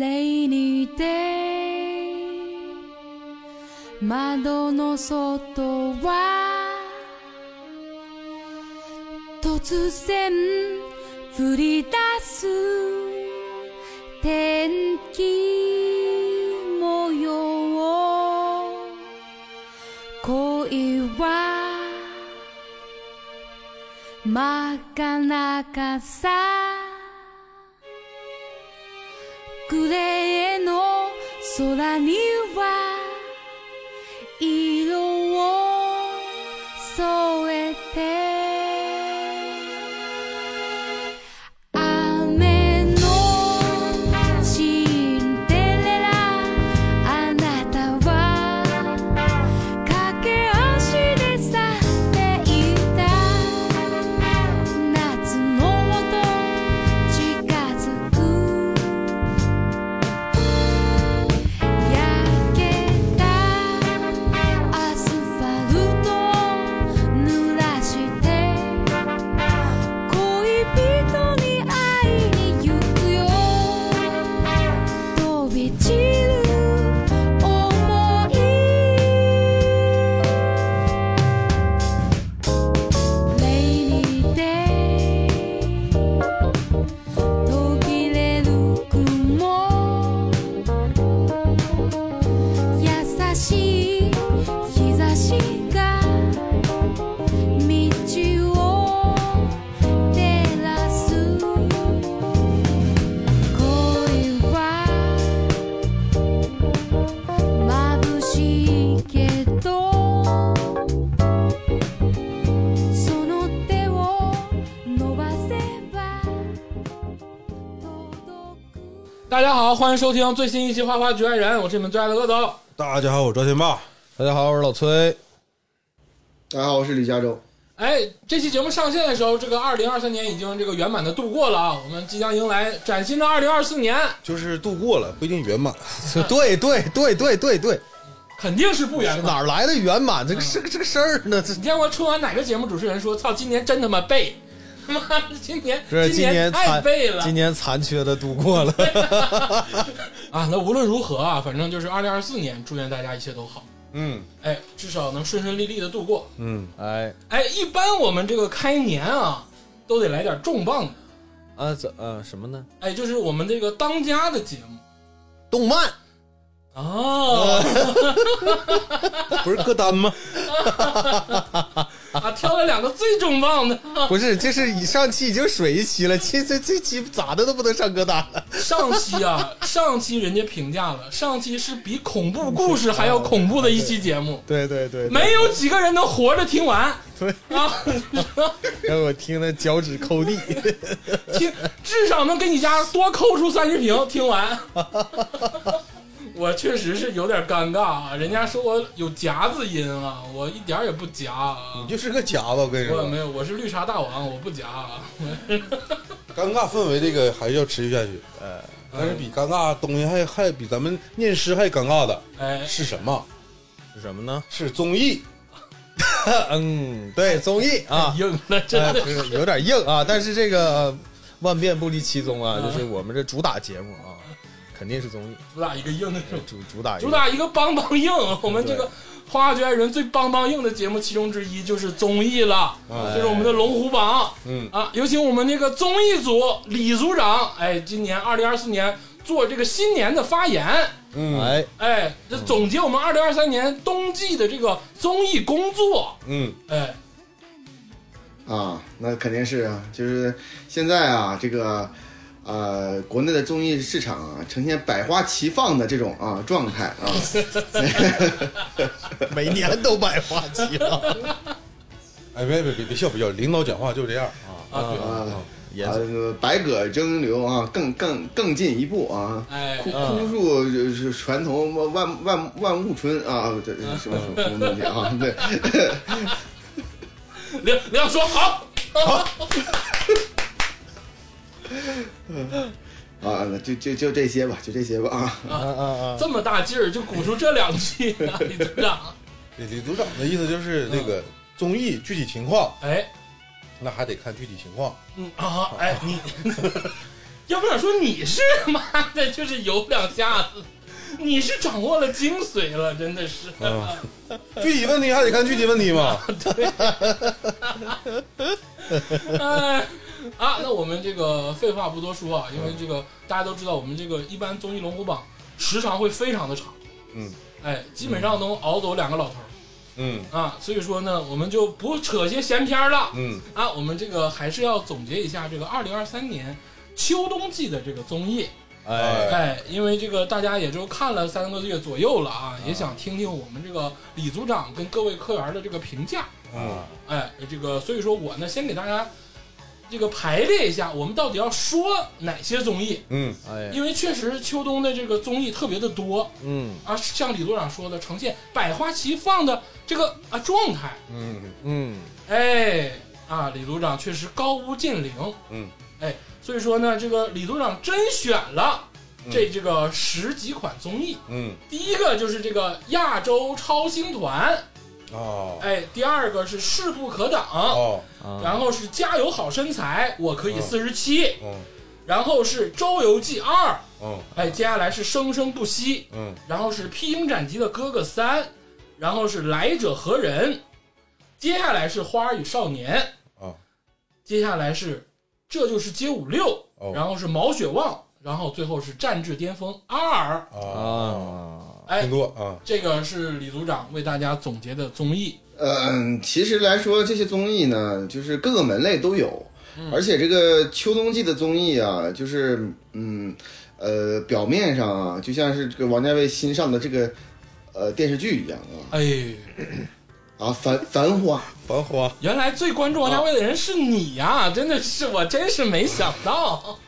Rainy day 窓の外は突然降り出す天気模様恋は真っ赤な傘グレーの空には色を添えて雨のシンデレラあなたは駆け足で去っていた夏の音近づく焼けたアスファルトを濡らして恋人に会いに行くよ飛び散る想い Rainy day 途切れる雲優しい日差しが道を照らす恋は眩しいけどその手を伸ばせば届く大家好，欢迎收听最新一期《花花局外人》，我是你们最爱的恶总。大家好，我是赵天霸。大家好，我是老崔。大家好，我是李佳洲。哎，这期节目上线的时候，这个二零二三年已经这个圆满的度过了啊，我们即将迎来崭新的二零二四年，就是度过了，不一定圆满。 对对对对对对，肯定是不圆满。哪儿来的圆满？这嗯个是这个事儿呢？这你见过春晚哪个节目主持人说“操，今年真他妈背”？他妈，今年是今年太残背了今年残缺的度 过了。啊！那无论如何啊，反正就是二零二四年，祝愿大家一切都好。嗯哎，至少能顺顺利利的度过。嗯，哎哎，一般我们这个开年啊，都得来点重磅的。啊，怎呃什么呢？哎，就是我们这个当家的节目动漫哦。 不是歌 单吗？啊，挑了两个最重磅的。不是，这是以上期已经水一期了，这这这期咋的都不能上歌单了。 上期啊， 上期人家评价了，上期是比恐怖故事还要恐怖的一期节目，对对对，没有几个人能活着听完。对啊，让我听得脚趾抠地。听至少能给你家多抠出三十瓶，听完。我确实是有点尴尬啊，人家说我有夹子音啊，我一点儿也不夹啊你。 就是个夹吧，我跟你我没说，有，我是绿茶大王，我不夹啊。 尴尬氛围这个还是要持续下去。呃，但是比尴尬东西还还比咱们念诗还尴尬的哎，是什么？是什么呢？是综艺。 嗯，对，综艺啊，硬了，真哎，的。不是有点硬啊，但是这个呃万变不离其宗嗯啊，就是我们这主打节目啊，肯定是综艺主打一个硬的手主主打一个哎主打一个帮帮 哎硬，我们这个《花花绝爱人》最帮帮硬的节目其中之一就是综艺了，哎就是我们的龙虎榜嗯，啊！有请我们这个综艺组李组长，哎，今年二零二四年做这个新年的发言，嗯哎，哎，这总结我们二零二三年冬季的这个综艺工作，嗯，哎，啊，那肯定是啊，就是现在啊，这个呃，国内的综艺市场啊，呈现百花齐放的这种啊状态 啊，每年都百花 齐放，哎，别别别别笑别笑，领导讲话就这样啊。啊对，啊，哦严肃呃，百舸争流啊，更更更进一步啊，哎枯，嗯枯树就是传统万万万物春啊，这什么什么东西啊？对， 梁梁说好，啊，那就就就这些吧，就这些吧啊。啊啊啊！这么大劲儿就鼓出这两句啊，李组长，李李组长的意思就是那个综艺具体情况，哎，那还得看具体情况。嗯啊，哎，你 要不然说你是妈的，就是有两下子，你是掌握了精髓了，真的是。啊，具体问题还得看具体问题嘛。 哎啊，那我们这个废话不多说啊，因为这个大家都知道，我们这个一般综艺龙虎榜时长会非常的长，嗯，哎，基本上能熬走两个老头儿嗯啊，所以说呢，我们就不扯些闲篇儿了嗯，啊，我们这个还是要总结一下这个二零二三年秋冬季的这个综艺，哎，哎，因为这个大家也就看了三个月左右了啊，也想听听我们这个李组长跟各位科员的这个评价。啊，哎，这个所以说我呢，先给大家这个排列一下，我们到底要说哪些综艺？嗯哎，因为确实秋冬的这个综艺特别的多嗯啊，像李组长说的，呈现百花齐放的这个啊状态。嗯嗯，哎，啊，李组长确实高屋建瓴。嗯，哎，所以说呢，这个李组长甄选了嗯这这个十几款综艺，嗯第一个就是这个亚洲超星团，哦哎，第二个是势不可挡。哦啊然后是《加油好身材》，我可以嗯四十七，嗯然后是《周游记二》，嗯哎，接下来是《生生不息》，嗯然后是《披荆斩棘的哥哥三》，然后是《来者何人》，接下来是《花儿与少年》，哦接下来是《这就是街舞六》，哦然后是《毛血旺》，然后最后是《战至巅峰二》。哦，啊，哎挺，多啊，这个是李组长为大家总结的综艺，嗯，其实来说，这些综艺呢，就是各个门类都有，而且这个秋冬季的综艺啊，就是嗯，呃，表面上啊，就像是这个王家卫新上的这个呃电视剧一样啊哎，啊，繁繁花，繁花原来最关注王家卫的人是你呀、真的是我真是没想到。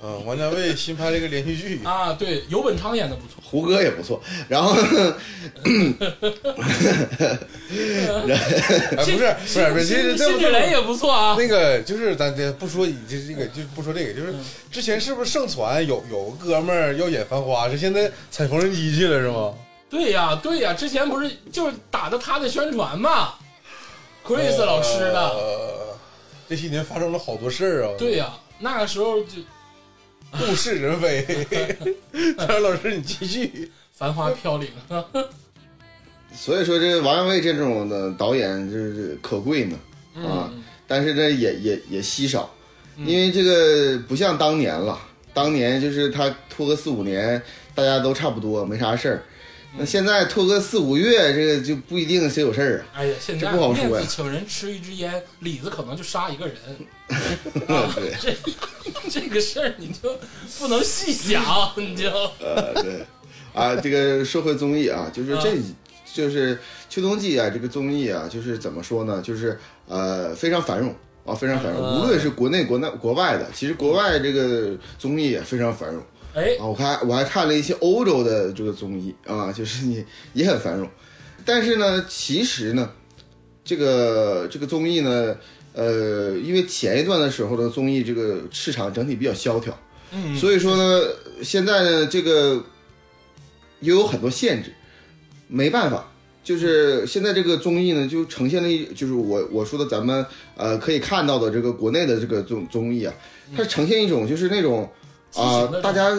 嗯，王家卫新拍了一个连续 剧，啊，对，游本昌演的不错。胡歌也不错，然后哎，不是不是不是，这辛这辛芷蕾也不错啊。 那个就是咱这不说，这这个就不说这个，嗯就是之前是不是盛传有有个哥们儿要演《繁花》，是现在踩缝纫机去了是吗？对呀、对呀、之前不是就是打的他的宣传嘛，Chris 老师哦的。呃，这些年发生了好多事儿啊，对，呀、那个时候就《物是 人非。张老师，你继续。繁花飘零》所以说这王家卫这种的导演就是可贵呢，啊，嗯，但是这也也也稀少，嗯因为这个不像当年了，当年就是他拖个四五年，大家都差不多没啥事儿。嗯那现在拖个四五月，这个就不一定谁有事儿啊。哎呀，现在这不好说面呀子请人吃一支烟，里子可能就杀一个人。 对，这这个事儿你就不能细想，你就呃，对，啊， 这个社会综艺啊，就是这，就是秋冬季啊，这个综艺啊，就是怎么说呢，就是呃，非常繁荣啊，非常繁荣，嗯无论是国内、国内、国外的，其实国外这个综艺也非常繁荣。哎，啊，我看我还看了一些欧洲的这个综艺啊，就是你也很繁荣，但是呢，其实呢，这个这个综艺呢，呃，因为前一段的时候呢，综艺这个市场整体比较萧条，嗯，所以说呢，现在呢，这个也有很多限制，没办法。就是现在这个综艺呢，就呈现了一，就是我我说的咱们呃可以看到的这个国内的这个综综艺啊，它呈现一种就是那种畸啊、形的大家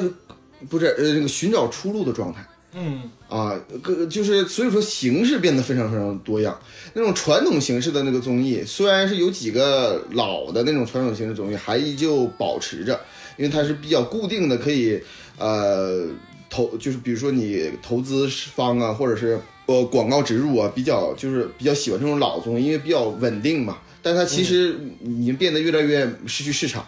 不是呃那个寻找出路的状态嗯啊，各就是所以说形式变得非常非常多样。那种传统形式的那个综艺，虽然是有几个老的那种传统形式综艺还依旧保持着，因为它是比较固定的，可以呃投就是比如说你投资方啊，或者是呃广告植入啊，比较就是比较喜欢这种老综艺，因为比较稳定嘛。但它其实嗯已经变得越来越失去市场。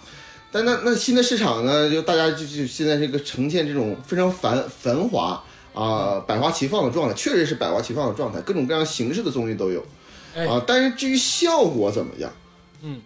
但那那新的市场呢，就大家就就现在这个呈现这种非常繁繁华啊、百花齐放的状态，确实是百花齐放的状态，各种各样形式的综艺都有哎啊。但是至于效果怎么样嗯，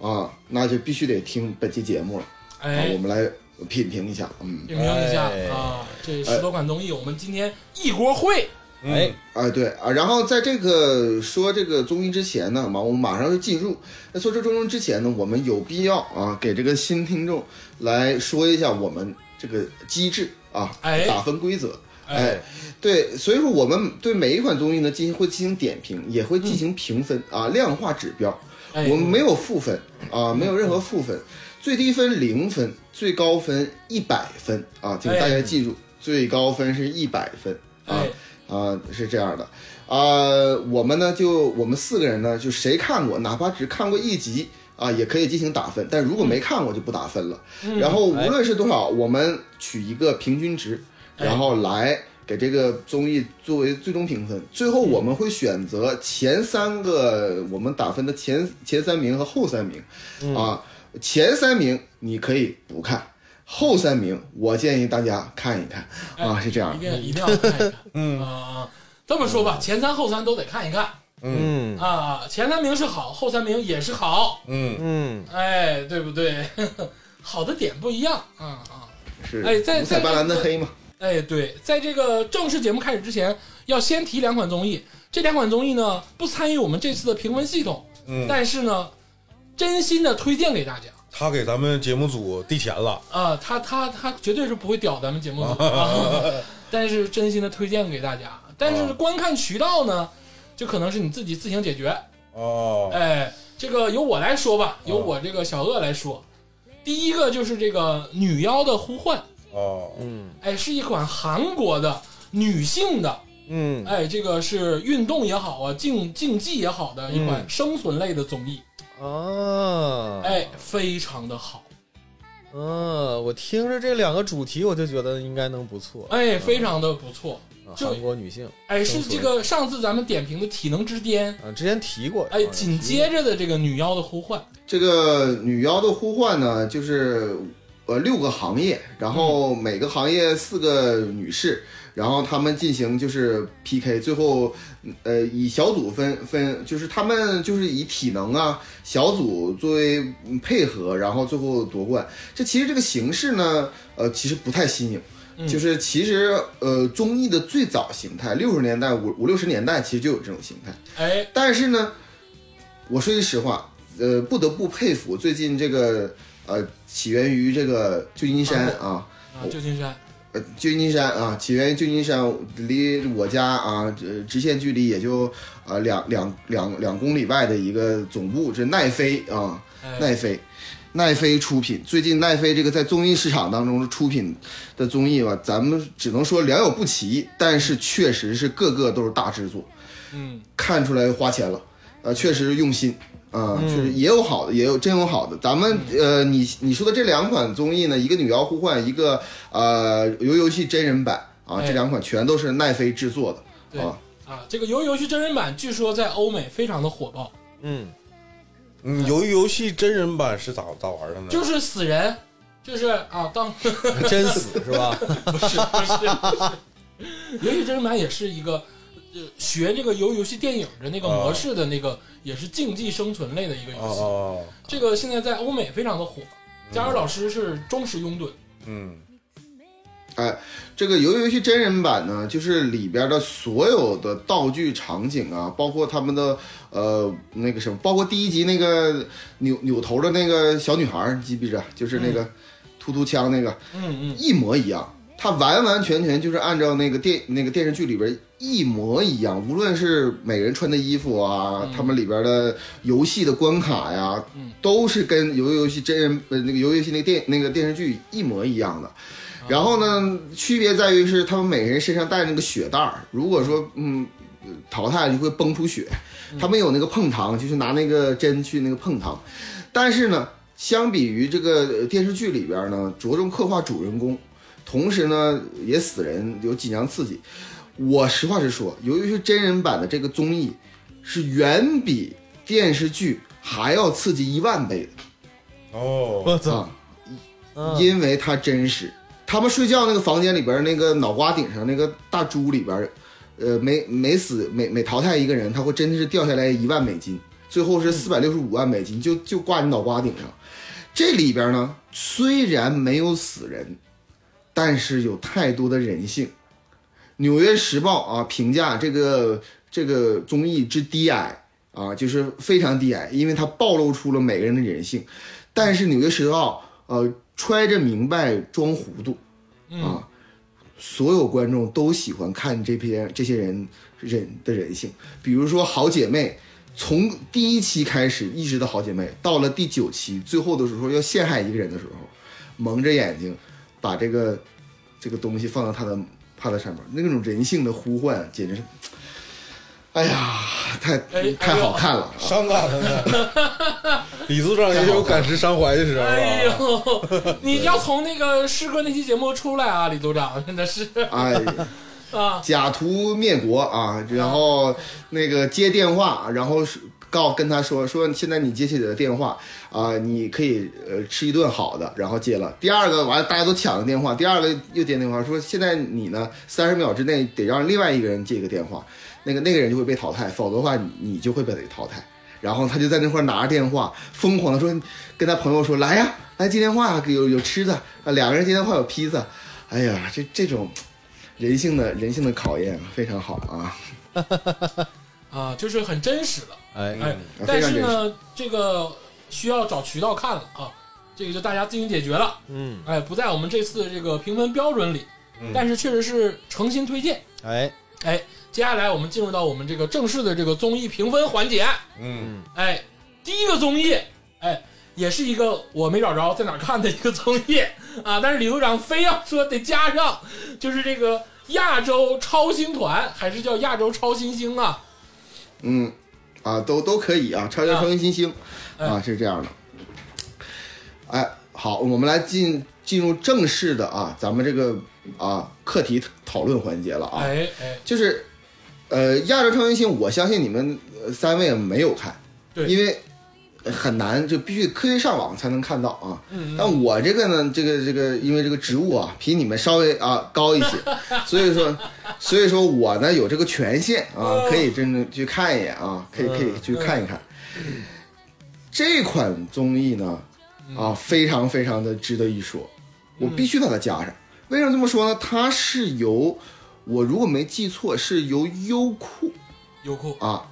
啊，那就必须得听本期节目了啊，哎我，们来品评一下，嗯，点评一下哎啊，这十多款综艺，我们今天一锅烩。哎，啊，对啊，然后在这个说这个综艺之前呢，马我们马上就进入。那说这个综艺之前呢，我们有必要啊，给这个新听众来说一下我们这个机制啊，哎打分规则。哎，对，所以说我们对每一款综艺呢进行会进行点评，也会进行评分、啊，量化指标。嗯哎，我们没有负分啊，没有任何负分。最低分零分，最高分一百分啊，请大家记住，最高分是一百分啊哎，啊，是这样的。啊，我们呢就我们四个人呢，就谁看过，哪怕只看过一集啊，也可以进行打分。但如果没看过就不打分了。然后无论是多少，我们取一个平均值，哎然后来给这个综艺作为最终评分。最后我们会选择前三个我们打分的前前三名和后三名，啊，前三名你可以不看。后三名，我建议大家看一看啊，是这样一的。定一定要看一看。嗯啊，这么说吧，前三后三都得看一看嗯啊。前三名是好，后三名也是好，嗯，嗯，哎，对不对？ 好的点不一样啊啊！是哎在五彩斑斓的黑嘛，哎，对，在这个正式节目开始之前，要先提两款综艺。这两款综艺呢，不参与我们这次的评分系统，嗯但是呢，真心的推荐给大家。他给咱们节目组递钱了，啊，他他他绝对是不会屌咱们节目组，啊、但是真心的推荐给大家。但是观看渠道呢，就可能是你自己自行解决。哦，哎，这个由我来说吧，由我这个小鳄来说。第一个就是这个《女妖的呼唤》，哦，哎，是一款韩国的女性的，嗯，哎，这个是运动也好啊，竞竞技也好的一款生存类的综艺，嗯啊，哎，非常的好，嗯、我听着这两个主题，我就觉得应该能不错。哎，非常的不错。啊就韩国女性哎，是这个上次咱们点评的《体能之巅》，啊，之前提过。哎，好像紧提接着的这个女妖的呼唤，这个女妖的呼唤呢，就是呃六个行业，然后嗯每个行业四个女士，然后她们进行就是 PK，最后呃以小组分分，就是她们就是以体能啊小组作为嗯配合，然后最后夺冠。这其实这个形式呢，呃其实不太新颖。嗯就是其实，呃，综艺的最早形态，六十年代五五六十年代其实就有这种形态，嗯哎，但是呢，我说句实话，呃，不得不佩服最近这个呃，起源于这个旧金山啊，哦啊，旧金山，呃，旧金山啊，起源于旧金山，离我家啊，直直线距离也就啊两两两两公里外的一个总部，这奈飞啊，哎，奈飞。奈飞出品，最近奈飞这个在综艺市场当中出品的综艺吧，咱们只能说良莠不齐，但是确实是个个都是大制作。嗯，看出来花钱了，呃，确实用心啊，嗯确实也有好的，也有真有好的。咱们呃，你你说的这两款综艺呢，一个女妖互换，一个呃游游戏真人版啊，哎这两款全都是奈飞制作对的啊。啊，这个《鱿鱼游戏》真人版据说在欧美非常的火爆，嗯嗯，游游戏真人版是咋咋玩的嗯呢？就是死人，就是啊，当不是真死是吧？不是， 《鱿鱼真人版》也是一个。呃，学这个游游戏电影的那个模式的那个，也是竞技生存类的一个游戏。哦哦，这个现在在欧美非常的火，加入老师是忠实拥趸。 嗯这个游游戏真人版呢，就是里边的所有的道具场景啊，包括他们的呃那个什么，包括第一集那个扭扭头的那个小女孩儿，你记不记着？就是那个突突枪那个，嗯嗯，一模一样，它完完全全就是按照那个电那个电视剧里边一模一样，无论是每个人穿的衣服啊，他们里边的游戏的关卡呀，都是跟游游戏真人呃那个游游戏那个电那个电视剧一模一样的。然后呢，区别在于是他们每个人身上带那个血袋儿，如果说嗯淘汰就会崩出血，他们有那个碰糖，就是拿那个针去那个碰糖。但是呢，相比于这个呃电视剧里边呢，着重刻画主人公，同时呢也死人，有紧张刺激。我实话实说，由于是真人版的这个综艺，是远比电视剧还要刺激一万倍哦，我 的操啊！，嗯因为它真实。他们睡觉那个房间里边那个脑瓜顶上那个大猪里边，呃，每每死每每淘汰一个人，他会真的是掉下来一万美金，最后是四百六十五万美金，就就挂你脑瓜顶上。这里边呢，虽然没有死人，但是有太多的人性。《纽约时报》啊评价这个这个综艺之低矮啊，就是非常低矮，因为它暴露出了每个人的人性。但是《纽约时报》呃揣着明白装糊涂啊，所有观众都喜欢看这篇这些人人的人性。比如说好姐妹从第一期开始一直到好姐妹，到了第九期最后的时候要陷害一个人的时候，蒙着眼睛把这个这个东西放到他的帕特上面，那种人性的呼唤简直是，哎呀，太哎太好看了啊！伤感的呢。 李组长也有感时伤怀的时候哎啊。呦，你要从那个师哥那期节目出来啊，李组长真的是 哎，啊，假途灭国啊，然后那个接电话，然后是告跟他说说现在你接起的电话啊、你可以呃吃一顿好的，然后接了。第二个完了，大家都抢着电话，第二个又接电话说现在你呢三十秒之内得让另外一个人接一个电话，那个那个人就会被淘汰，否则的话你你就会被淘汰。然后他就在那块儿拿着电话，疯狂的说，跟他朋友说来呀，来接电话，有有吃的啊，两个人接电话有披萨，哎呀，这这种人性的人性的考验非常好啊！啊，就是很真实了。哎，哎，嗯但是非常呢，这个需要找渠道看了啊，这个就大家自行解决了。嗯，哎，不在我们这次这个评分标准里，嗯但是确实是诚心推荐。哎，哎，接下来我们进入到我们这个正式的这个综艺评分环节。嗯，哎，第一个综艺，哎，也是一个我没找着在哪儿看的一个综艺啊，但是李组长非要说得加上，就是这个亚洲超星团，还是叫亚洲超新星啊？嗯，啊，都都可以啊，超越啊超越新星哎啊，是这样的。哎，好，我们来进进入正式的啊，咱们这个啊课题讨论环节了啊，哎哎，就是呃亚洲超新星，我相信你们呃三位没有看，对因为很难，就必须科学上网才能看到啊。嗯，嗯但我这个呢，这个这个，因为这个职务啊，比你们稍微啊高一 些，所以说，所以说我呢有这个权限哦啊，可以真正去看一眼啊，可以嗯可以去看一看。这款综艺呢，嗯啊，非常非常的值得一说，我必须把它加上。为什么这么说呢？它是由我如果没记错，是由优酷优酷啊，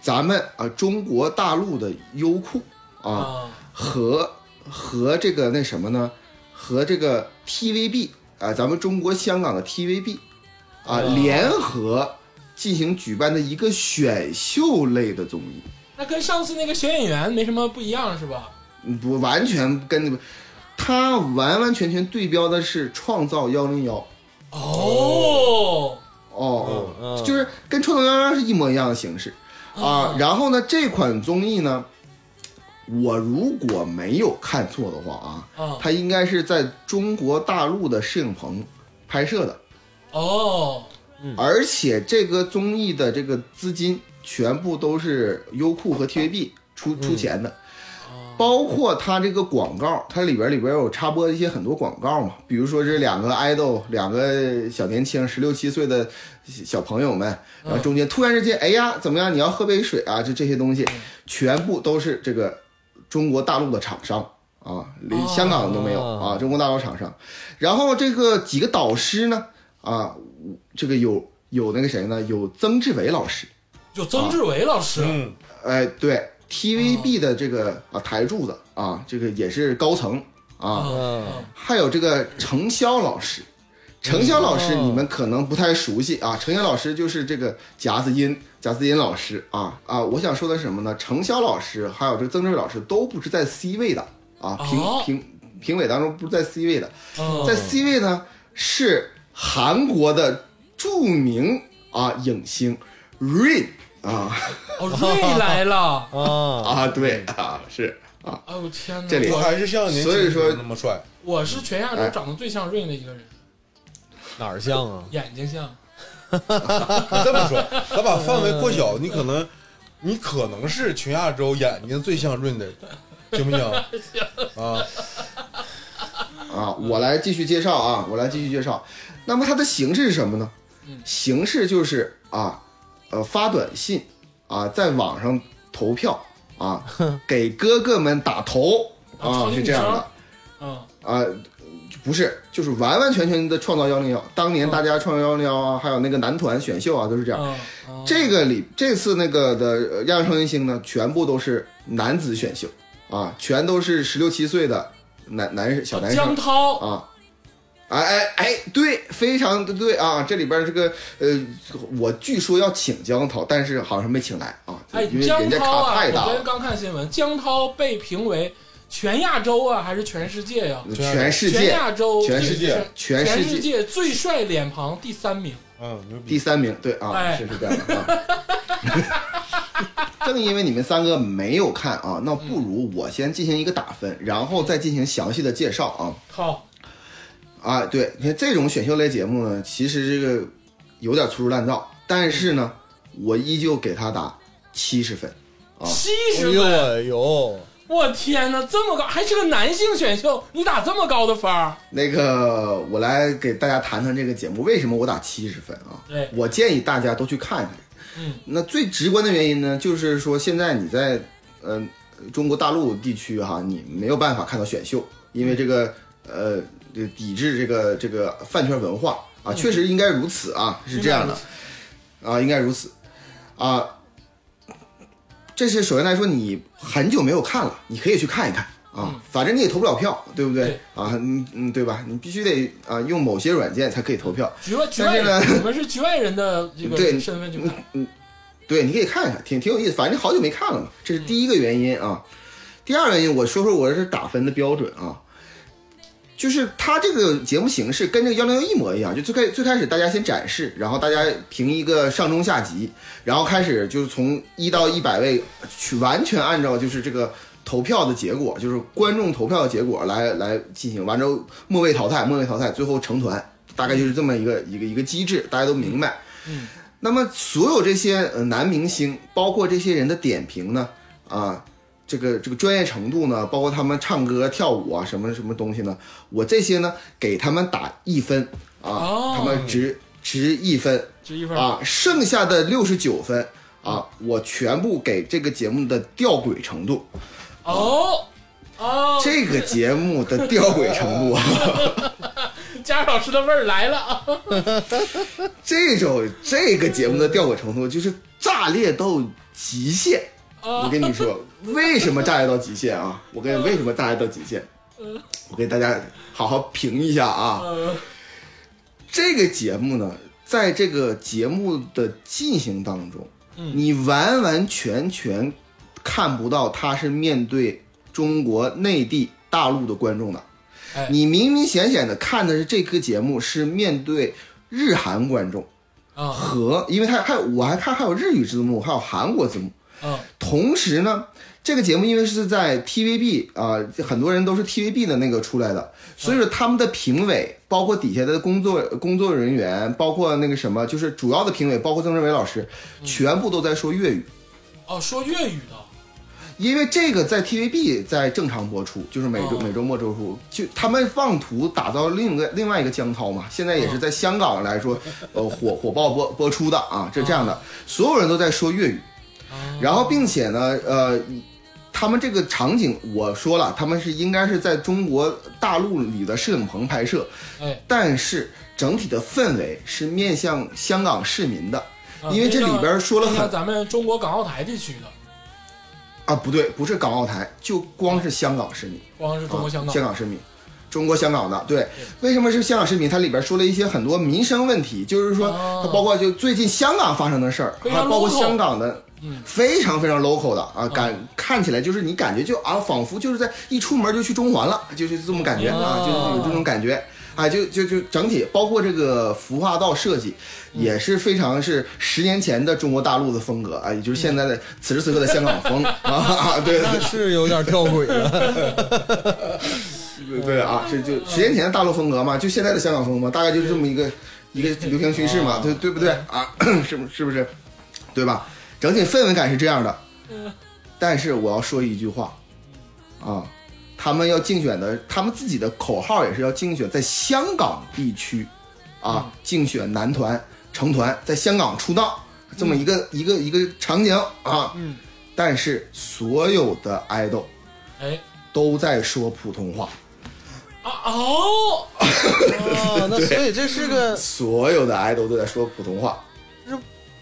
咱们啊中国大陆的优酷啊啊，和和这个那什么呢？和这个 TVB 啊、咱们中国香港的 TVB 啊、哦联合进行举办的一个选秀类的综艺，那跟上次那个选演员没什么不一样是吧？嗯不完全跟那个，它完完全全对标的是《创造幺零幺》哦，哦，嗯，就是跟《创造幺零幺》是一模一样的形式啊。然后呢，这款综艺呢，我如果没有看错的话啊，啊，它应该是在中国大陆的摄影棚拍摄的，哦，而且这个综艺的这个资金全部都是优酷和 TVB 出出钱的，包括它这个广告，它里边里边有插播一些很多广告嘛，比如说这两个爱豆，两个小年轻十六七岁的小朋友们，然后中间突然之间，哎呀，怎么样？你要喝杯水啊？就这些东西，全部都是这个中国大陆的厂商啊，连哦香港都没有啊，中国大陆厂商。然后这个几个导师呢，啊，这个有有那个谁呢？有曾志伟老师，就曾志伟老师，嗯，哎，对，TVB 的这个啊台柱子啊，这个也是高层啊，嗯啊，还有这个程潇老师。程潇老嗯师，哦你们可能不太熟悉啊。程潇老师就是这个贾子音，贾子音老师啊啊！我想说的是什么呢？程潇老师还有这个曾志伟老师都不是在 C 位的啊，评哦评评委当中不是在 C 位的，嗯在 C 位呢是韩国的著名啊影星 Rain 啊哦，瑞来了，啊，啊，对啊是啊，哎呦天哪，这里我还是像年轻所以说那么帅。我是全哎亚洲长得最像瑞的一个人，哪儿像啊？眼睛像，你这么说，咱把范围扩小，你可能，你可能是全亚洲眼睛最像润的，行不行？啊，啊，我来继续介绍啊，我来继续介绍。那么它的形式是什么呢？嗯形式就是啊，呃，发短信啊，在网上投票啊， 给哥哥们打头啊啊，成是这样女的生。嗯，啊、不是，就是完完全全的创造幺零幺。当哦年大家创造幺零幺啊，还有那个男团选秀啊，都是这这样。，嗯这个里这次那个的呃亚洲超新星呢，全部都是男子选秀啊，全都是十六七岁的男男小男江生涛啊，哎哎哎，对，非常的对啊！这里边这个呃，我据说要请江涛，但是好像没请来啊，哎，因为人江家涛卡啊，太我大昨天了，刚看新闻，江涛被评为全亚洲啊，还是全世界呀、全世全界亚洲，全世界全全世界界最帅脸庞第三名。嗯，牛逼第，三名，对啊，哎是是这样的啊。 正因为你们三个没有看啊，那不如我先进行一个打分，然后再进行详细的介绍啊。好，啊，对，你看这种选秀类节目呢，其实这个有点粗制滥造，但是呢，我依旧给他打七十分。啊七哎十呦分，哎呦，我天哪，这么高，还是个男性选秀，你打这么高的分儿？那个，我来给大家谈谈这个节目为什么我打七十分啊？对我建议大家都去看一看。嗯，那最直观的原因呢，就是说现在你在呃中国大陆地区哈、你没有办法看到选秀，因为这个呃这个抵制这个这个饭圈文化啊，确实应该如此啊，是这样的啊，应该如此啊。这是首先来说，你很久没有看了，你可以去看一看啊，反正你也投不了票，对不对？对啊，嗯嗯，对吧？你必须得啊用某些软件才可以投票，局外局但外是呢人，我们是局外人的这对嗯个身份去看。对，你可以看一看，挺挺有意思。反正好久没看了嘛，这是第一个原因啊。第二个原因，我说说我是打分的标准啊，就是它这个节目形式跟这个幺零幺一模一样，就最开最开始大家先展示，然后大家评一个上中下级，然后开始就是从一到一百位，去完全按照就是这个投票的结果，就是观众投票的结果来来进行，完之后末位淘汰，末位淘汰，最后成团，大概就是这么一个一个一个机制，大家都明白。那么所有这些呃男明星，包括这些人的点评呢，啊，这个这个专业程度呢，包括他们唱歌跳舞啊，什么什么东西呢，我这些呢给他们打一分啊，哦他们值值一分值一分儿，啊，剩下的六十九分啊，我全部给这个节目的吊诡程度，哦哦，这个节目的吊诡程度啊。加老师的味儿来了啊！这种这个节目的吊诡程度就是炸裂到极限。啊我跟 你说，为什么炸裂到极限啊？我跟为什么炸裂到极限？我给大家好好评一下啊。呃，这个节目呢，在这个节目的进行当中，嗯你完完全全看不到他是面对中国内地大陆的观众的哎。你明明显显的看的是这个节目是面对日韩观众。啊和，因为它还有我还看还有日语字幕，还有韩国字幕。啊同时呢，这个节目因为是在 TVB 啊、这很多人都是 TVB 的那个出来的，嗯所以说他们的评委，包括底下的工作工作人员，包括那个什么，就是主要的评委，包括曾志伟老师，嗯全部都在说粤语。哦，说粤语的，因为这个在 TVB 在正常播出，就是每周、哦每周末周出，就他们妄图打造另一个另外一个江涛嘛，现在也是在香港来说，呃火火爆播播出的啊，这这样的，所有人都在说粤语，然后并且呢，呃，他们这个场景我说了，他们是应该是在中国大陆里的摄影棚拍摄，哎，但是整体的氛围是面向香港市民的啊因为这里边说了面向很咱们中国港澳台地区的，啊，不对，不是港澳台，就光是香港市民。光是中国香啊港，香港市民，中国香港的对，为什么是香港市民？它里边说了一些很多民生问题，就是说哦它包括就最近香港发生的事儿，非常还包括 local 香港的嗯。哦非常非常 local 的啊，感看起来就是你感觉就啊，仿佛就是在一出门就去中环了，就是这么感觉啊，哦就是有这种感觉啊，就就就整体包括这个服化道设计嗯也是非常是十年前的中国大陆的风格啊，也就是现在的此时此刻的香港 风啊，对对那是有点吊诡 了。对对啊，这就十年前的大陆风格嘛，就现在的香港风嘛，大概就是这么一个一个流行趋势嘛，对对不对啊？ 是不是不是？对吧？整体氛围感是这样的。但是我要说一句话，啊，他们要竞选的，他们自己的口号也是要竞选在香港地区，啊，竞选男团、成团，在香港出道这么一个、一个一个场景啊。嗯。但是所有的爱豆哎都在说普通话。啊哦，啊，那所以这是个所有的 idol 都在说普通话，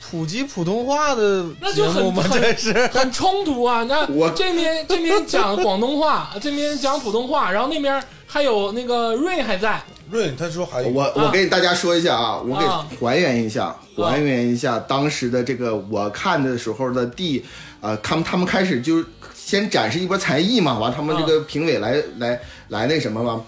普及普通话的那节就很目吗？很 这是很冲突啊！那我这边这边讲广东话，这边讲普通话，然后那边还有那个瑞还在，润他说韩语，我我给大家说一下啊，我啊给还原一下，还原一下当时的这个我看的时候的第，呃，他们他们开始就先展示一波才艺嘛，完他们这个评委来来来那什么嘛，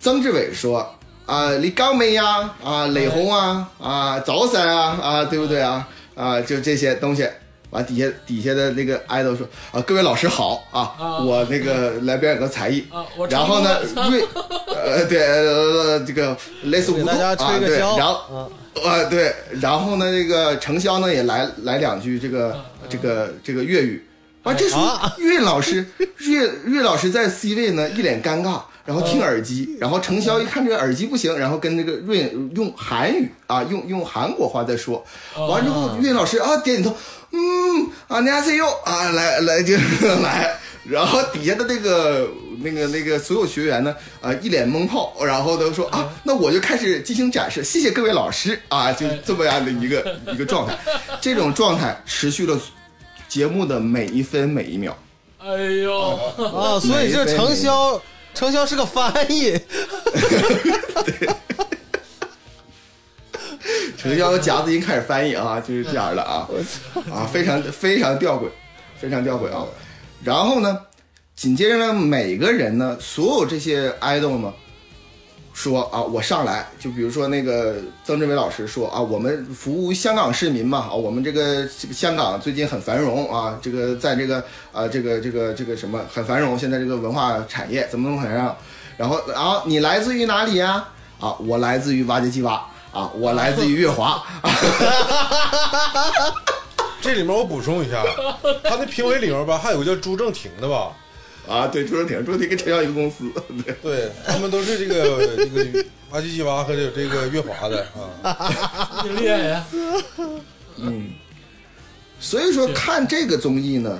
曾志伟说啊，李高梅呀，啊，磊红啊，哎啊，早三啊，啊，对不对啊？啊，就这些东西。完底下底下的那个 idol 说啊，各位老师好啊，啊我那 个来表演个才艺，啊我然后呢成 功了，瑞，呃，对，呃，这个类似给无大家痛啊，吹个对，箫然后啊，呃，对，然后呢，这个程潇呢也来来两句这个、这个这个粤语，完、这时候啊岳老师岳岳老师在 C 位呢，一脸尴尬，然后听耳机，然后程潇一看这个耳机不行，然后跟这个瑞用韩语啊，用用韩国话在说，完之后岳老师啊点点头，嗯啊，你 C U 啊，来来就 来，然后底下的那个那个那个所有学员呢，啊一脸懵泡，然后都说啊，那我就开始进行展示，谢谢各位老师啊，就这么样的一个一个状态，这种状态持续了节目的每一分每一秒。哎呦，哦啊，所以这程潇，程潇是个翻译，程潇夹子音开始翻译啊，就是这样的啊，啊，非常非常吊诡，非常吊诡啊。然后呢，紧接着呢，每个人呢，所有这些 idol 呢，说啊，我上来，就比如说那个曾志伟老师说啊，我们服务香港市民嘛，啊，我们这个这个香港最近很繁荣啊，这个在这个啊这个这个这个什么很繁荣，现在这个文化产业怎么怎么怎么样，然后啊，你来自于哪里呀、啊？我来自于挖掘机挖。啊，我来自于月华， 这里面我补充一下，他那评委里面吧，还有个叫朱正廷的吧，啊，对，朱正廷，朱正廷跟陈晓一个公司， 对，对他们都是这个这个阿基基娃和这个月华的啊，你厉害呀！所以说是看这个综艺呢，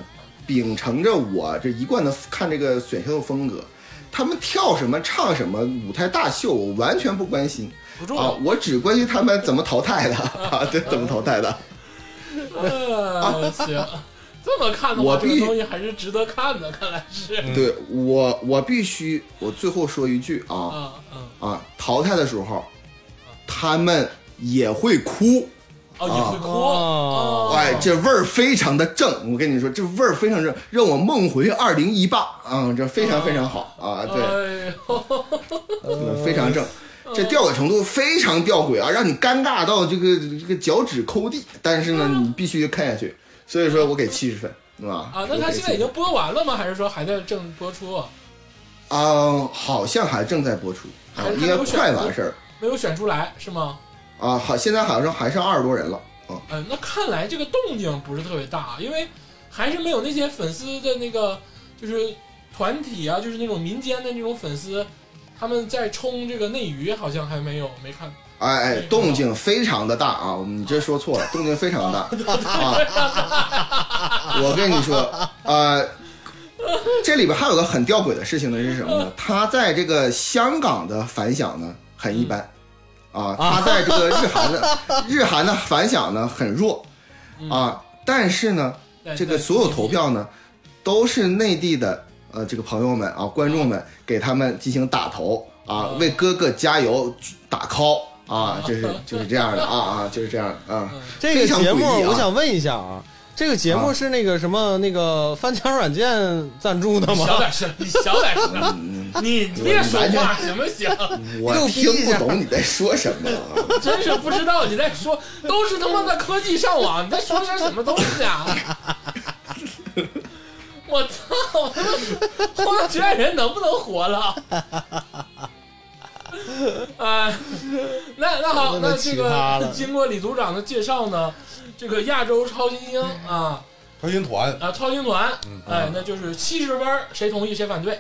秉承着我这一贯的看这个选秀风格，他们跳什么唱什么舞台大秀，我完全不关心不重啊要，我只关心他们怎么淘 汰的啊，对，怎么淘汰的。呃，行，这么看的话，我这必啊个东西还是值得看的，看来是对我，我必须，我最后说一句啊啊嗯啊，淘汰的时候，他们也会哭。 啊哦，也会哭哦哎，这味儿非常的正，我跟你说，这味儿非常正，让我梦回二零一八啊，这非哦常非常好啊，对，对，哎呦，嗯非常正。这吊诡程度非常吊诡啊，让你尴尬到这个这个脚趾抠地，但是呢，你必须看下去。所以说我给七十分，是吧？啊，那他现在已经播完了吗？还是说还在正播出啊？啊，好像还正在播出啊还，是应该快完事儿没有选出来是吗？啊，好，现在好像还剩二十多人了啊。嗯，那看来这个动静不是特别大，啊因为还是没有那些粉丝的那个就是团体啊，就是那种民间的那种粉丝，他们在冲这个内娱，好像还没有没看。哎哎，动静非常的大啊！你这说错了，动静非常大啊！我跟你说，呃，这里边还有个很吊诡的事情呢，是什么呢？他在这个香港的反响呢很一般，啊，他在这个日韩的日韩的反响呢很弱，啊，但是呢，但这个所有投，票呢，都是内地的呃这个朋友们啊观众们给他们进行打投啊嗯，为哥哥加油打 call 啊，就是就是这样的啊啊，就是这样的啊。这个节目非常诡异啊我想问一下啊，这个节目啊是那个什么那个翻墙软件赞助的但吗小？点声，你小点声，你别说话嗯行不行？我又逼听一不下懂你在说什么啊， 真是不知道你在说，都是他妈的科技上网，你在说些什么东西啊？ 我操！花圈人能不能活了？ 哎，那那好，那那么这奇葩个了经过李组长的介绍呢，这个亚洲超新星啊超新团，啊超星团嗯，哎，那就是七十分儿，谁同意谁反对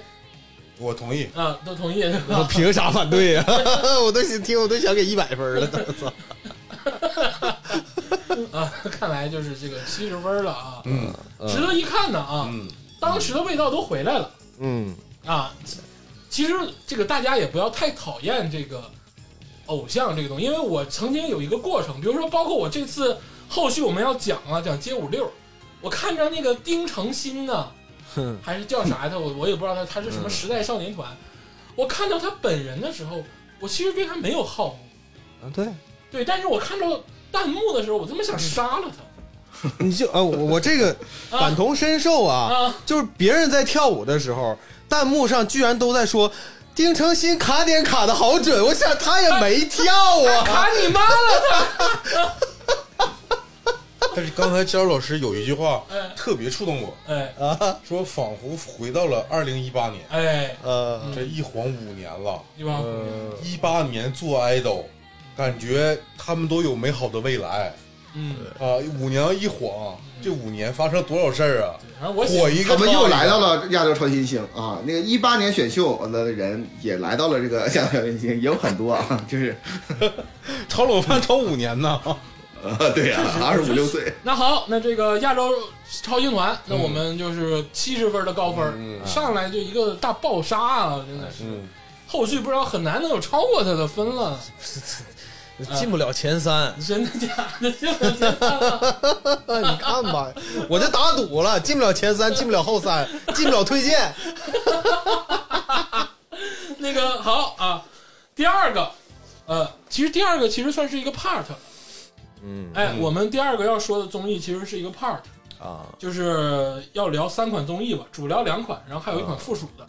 我同意。啊？都同意对 我吧？凭啥反对呀、 我都想听，我都想给一百分了，我操！啊， 看来就是这个七十分儿了啊，嗯值得一看的啊。嗯，当时的味道都回来了嗯，啊。其实这个大家也不要太讨厌这个偶像这个东西，因为我曾经有一个过程，比如说包括我这次后续我们要讲啊，讲街舞六，我看着那个丁程鑫呢，哼嗯还是叫啥他，我我也不知道他他是什么时代少年团，我看到他本人的时候，我其实对他没有好恶，啊，对，对，但是我看到弹幕的时候，我他妈想杀了他你就啊，我我这个啊感同身受啊，啊！就是别人在跳舞的时候，弹幕上居然都在说丁程鑫卡点卡的好准，我想他也没跳啊，卡你妈了他！但是刚才焦老师有一句话嗯特别触动我，哎 说仿佛回到了二零一八年，哎，呃，这一晃五年了，一帮呃一八年做 idol，感觉他们都有美好的未来嗯，啊！五年一晃，这五年发生多少事儿啊？反正我火喜一个，他们又来到了。了亚洲超新星啊！那个一八年选秀的人也来到了这个亚洲超新星，也有很多啊，就是 炒冷饭炒五年呢，呃，对啊，二十五六岁，那好，那这个亚洲超星团，那我们就是七十分的高分，嗯上来就一个大爆杀啊，真的是，嗯，后续不知道很难能有超过他的分了， 进不了前三，真的假的？真的假的？哎你看吧， 我就打赌了，进不了前三，进不了后 三，进不了推荐，那个好啊，第二个，呃，其实第二个其实算是一个 part，嗯哎，我们第二个要说的综艺其实是一个 part，啊，就是要聊三款综艺吧，主聊两款，然后还有一款附属的，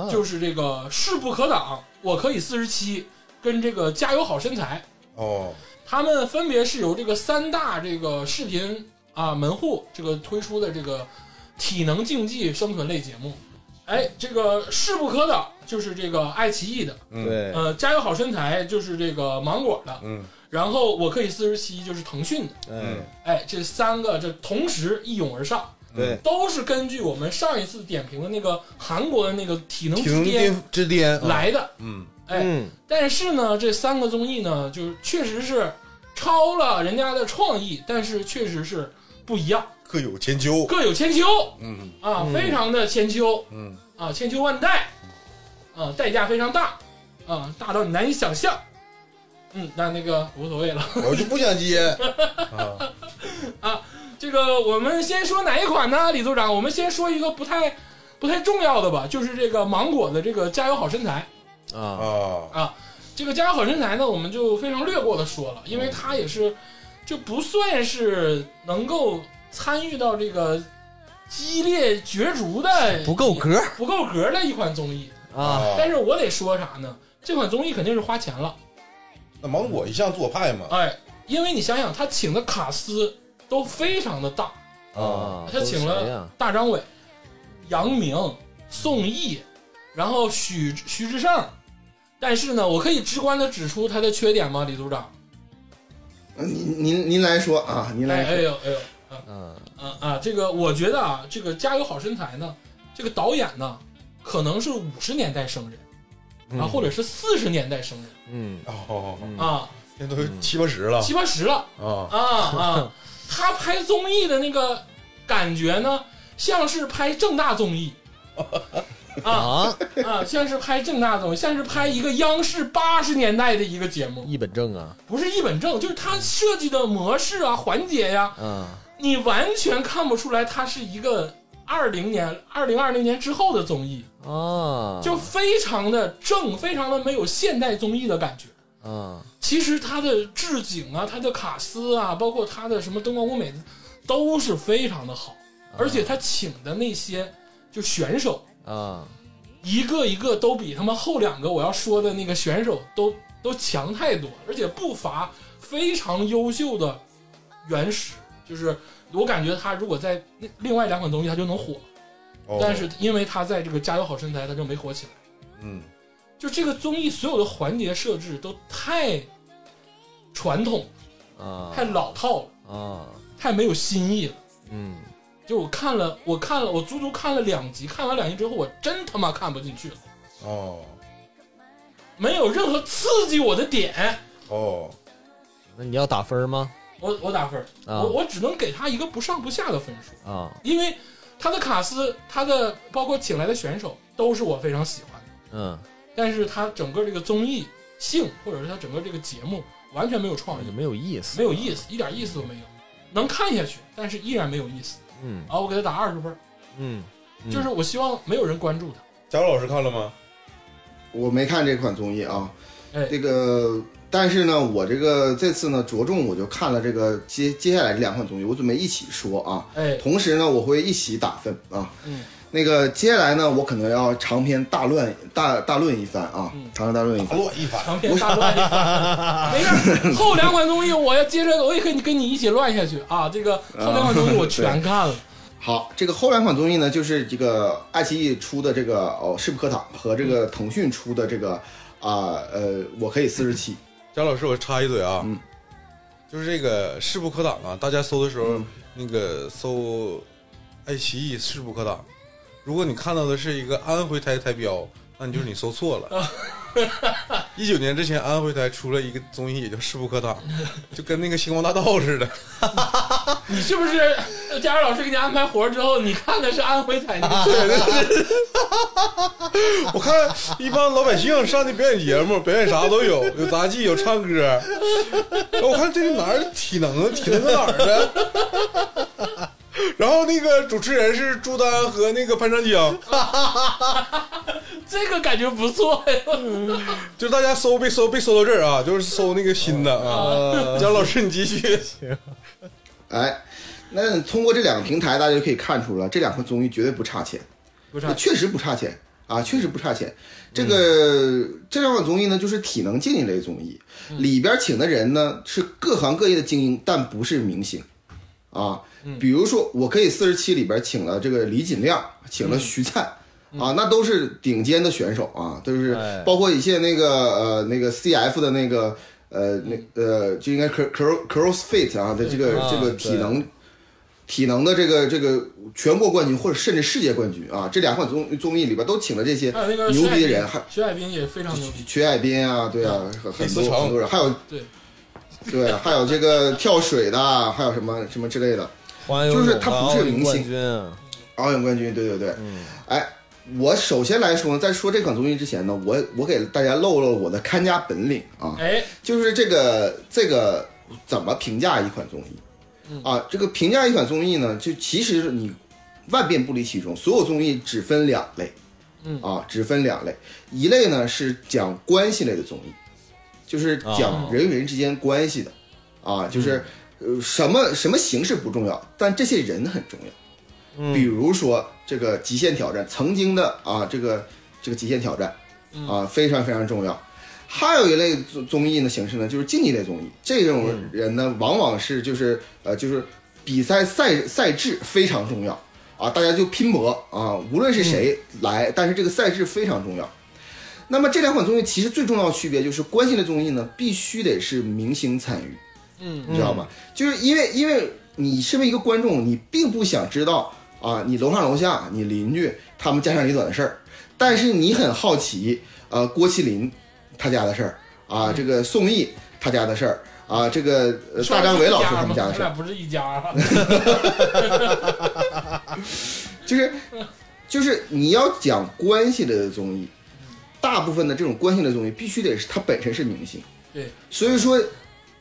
啊就是这个势不可挡，我可以四十七，跟这个加油好身材， 哦，他们分别是由这个三大这个视频啊门户这个推出的这个体能竞技生存类节目。哎，这个势不可挡，就是这个爱奇艺的，嗯，对，呃，加油好身材就是这个芒果的，嗯然后我可以四十七就是腾讯的，哎，哎，这三个这同时一涌而上，对，都是根据我们上一次点评的那个韩国的那个体能体之能巅巅之巅，来的，嗯，哎，嗯，但是呢，这三个综艺呢，就是确实是超了人家的创意，但是确实是不一样，各有千秋，各有千秋嗯啊，嗯非常的千秋嗯，啊，千秋万代啊，代价非常大啊，大到你难以想象。嗯，那那个无所谓了。我就不想接啊，这个我们先说哪一款呢，李组长？我们先说一个不太不太重要的吧，就是这个芒果的这个《加油好身材》。啊，啊，这个《加油好身材》呢，我们就非常略过的说了，嗯因为它也是就不算是能够参与到这个激烈角逐的不够格不够格的一款综艺。啊，但是我得说啥呢？这款综艺肯定是花钱了，那芒果一向做派嘛，啊哎，因为你想想，他请的卡司都非常的大，啊，他请了都是谁呀大张伟、杨明、宋轶，然后许徐志胜。但是呢，我可以直观的指出他的缺点吗，李组长？呃您您您来说啊，您哎来哎说，呦哎呦，嗯，啊啊，这个我觉得啊，这个《加油好身材》呢，这个导演呢，可能是五十年代生人，嗯啊，或者是四十年代生人嗯哦，嗯哦啊，现在都七八十了七八十了啊，啊 啊，他拍综艺的那个感觉呢，像是拍正大综艺啊啊，啊，像是拍正大综艺，像是拍一个央视八十年代的一个节目，一本正啊，不是一本正，就是他设计的模式啊、环节呀、啊，你完全看不出来它是一个二零年、二零二零年之后的综艺，啊，就非常的正，非常的没有现代综艺的感觉。啊，其实它的置景啊，它的卡司啊，包括它的什么灯光舞美，都是非常的好。而且他请的那些就选手，啊，一个一个都比他们后两个我要说的那个选手都都强太多，而且不乏非常优秀的原始，就是我感觉他如果在那另外两款东西他就能火，哦但是因为他在这个《加油好身材》他就没火起来。嗯，就这个综艺所有的环节设置都太传统、啊，太老套了，啊，太没有新意了。嗯，就我看了，我看了，我足足看了两集，看完两集之后，我真他妈看不进去了，哦没有任何刺激我的点。哦，那你要打分吗？我我打分，啊我我只能给他一个不上不下的分数，啊，因为他的卡司，他的包括请来的选手都是我非常喜欢的，嗯，但是他整个这个综艺性，或者是他整个这个节目完全没有创就意，没有意思，没有意思，一点意思都没有，能看下去，但是依然没有意思嗯啊！我给他打二十分，嗯，嗯就是我希望没有人关注他。贾老师看了吗？我没看这款综艺啊，哎这个，但是呢，我这个这次呢，着重我就看了这个接接下来这两款综艺，我准备一起说啊。哎，同时呢，我会一起打分啊。嗯，那个接下来呢，我可能要长篇大乱大大论一番啊，长篇大论一打番。乱一番，长篇大乱一 番，没事儿。后两款综艺我要接着，我也跟你跟你一起乱下去啊。这个后两款综艺我啊全看了，好，这个后两款综艺呢，就是这个爱奇艺出的这个哦《势不可挡》和这个腾讯出的这个啊呃我可以四十七。贾老师，我插一嘴啊，嗯就是这个势不可挡啊，大家搜的时候，那个搜爱奇艺势不可挡，如果你看到的是一个安徽台台标，那你就是你搜错了。一九年之前，安徽台出了一个综艺，也叫《势不可挡》，就跟那个《星光大道》似的。你是不是？佳儿老师给你安排活儿之后，你看的是安徽彩电，啊 我看一帮老百姓上那表演节目，表演啥都有，有杂技，有唱歌。我看这个哪儿体能啊，体能搁哪儿呢？ 然后那个主持人是朱丹和那个潘长江，这个感觉不错呀。就是大家搜被搜被搜到这儿啊，就是搜那个新的哦啊。 姜老师，你 继续。哎，那通过这两个平台，大家就可以看出了，这两款综艺绝对不差钱，不是那，确实不差钱啊，确实不差钱。这个、嗯这两款综艺呢，就是体能竞技类综艺，里边请的人呢是各行各业的精英，但不是明星嗯啊。比如说，我可以四十七里边请了这个李锦亮，请嗯了徐灿。啊，那都是顶尖的选手啊，都是哎包括一些那个呃那个 CF 的那个呃那呃就应该 cro cro crossfit 啊的这个啊这个对体能体能的这个这个全国冠军或者甚至世界冠军啊，这两款综综艺里边都请了这些还啊有那个牛逼的徐海人，滨还徐海滨也非常牛逼。曲海滨啊，对啊，很很李思多成很多人，还有对，对，啊还有这个跳水的，啊还有什么什么之类的，黄就就是是他他不不是是明星明星啊，奥运冠军，对对对，嗯哎，我首先来说呢，在说这款综艺之前呢，我我给大家露露我的看家本领啊，哎，就是这个这个怎么评价一款综艺啊？这个评价一款综艺呢，就其实你万变不离其宗，所有综艺只分两类，嗯啊，只分两类，一类呢是讲关系类的综艺，就是哦讲人与人之间关系的，啊，就是呃什么什么形式不重要，但这些人很重要。比如说这个《极限挑战》，曾经的啊，这个这个《极限挑战》啊，非常非常重要。还有一类综综艺的形式呢，就是竞技类综艺。这种人呢，往往是就是呃，就是比赛赛赛制非常重要啊，大家就拼搏啊，无论是谁嗯来，但是这个赛制非常重要。那么这两款综艺其实最重要的区别就是，关系类综艺呢必须得是明星参与，嗯，你知道吗？就是因为因为你身为一个观众，你并不想知道啊，你楼上楼下、你邻居他们家长里短的事儿，但是你很好奇，呃，郭麒麟他家的事儿嗯啊，这个宋轶他家的事儿啊，这个呃大张伟老师他们家的嗯咱事儿俩，不是一家啊。就是就是你要讲关系类的综艺，大部分的这种关系类综艺必须得是他本身是明星，对，所以说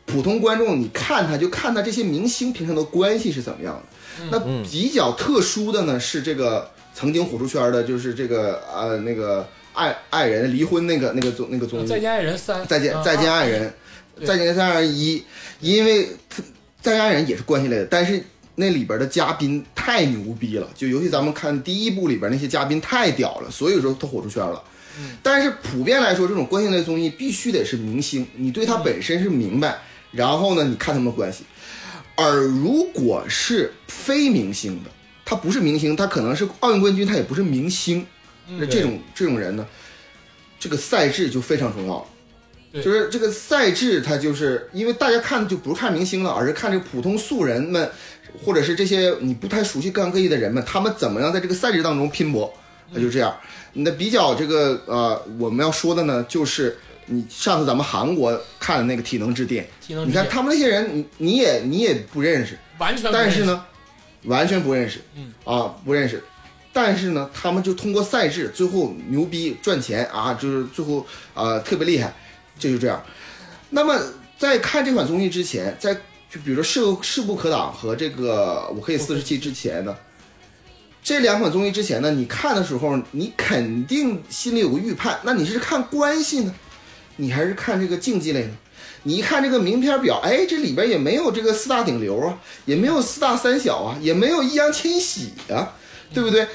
普通观众你看他就看他这些明星平常的关系是怎么样嗯的。那比较特殊的呢是这个曾经火出圈的，就是这个呃那个爱爱人离婚那个那个综那个综艺，再见爱人三，再见啊再见爱人，对再见再见爱人一，因为他再见爱人也是关系类的，但是那里边的嘉宾太牛逼了，就尤其咱们看第一部里边那些嘉宾太屌了，所以说他火出圈了。嗯但是普遍来说，这种关系类综艺必须得是明星，你对嗯他本身是明白，然后呢，你看他们的关系。而如果是非明星的，他不是明星，他可能是奥运冠军，他也不是明星，嗯那这种这种人呢，这个赛制就非常重要了。对就是这个赛制，它就是因为大家看的就不是看明星了，而是看这普通素人们，或者是这些你不太熟悉各行各业的人们，他们怎么样在这个赛制当中拼搏，那就这样。那比较这个呃，我们要说的呢，就是你上次咱们韩国看的那个体能之巅，体能你之看巅他们那些人，你你也你也不认识，完全，但是，呢，完全不认识，嗯啊，不认识。但是呢，他们就通过赛制，最后牛逼赚钱啊，就是最后呃特别厉害，这就这样。那么在看这款综艺之前，在就比如说势不势不可挡和这个我可以四十七之前呢，这两款综艺之前呢，你看的时候，你肯定心里有个预判，那你是看关系呢，你还是看这个竞技类呢。你一看这个名片表，哎，这里边也没有这个四大顶流啊，也没有四大三小啊，也没有易烊千玺啊，对不对？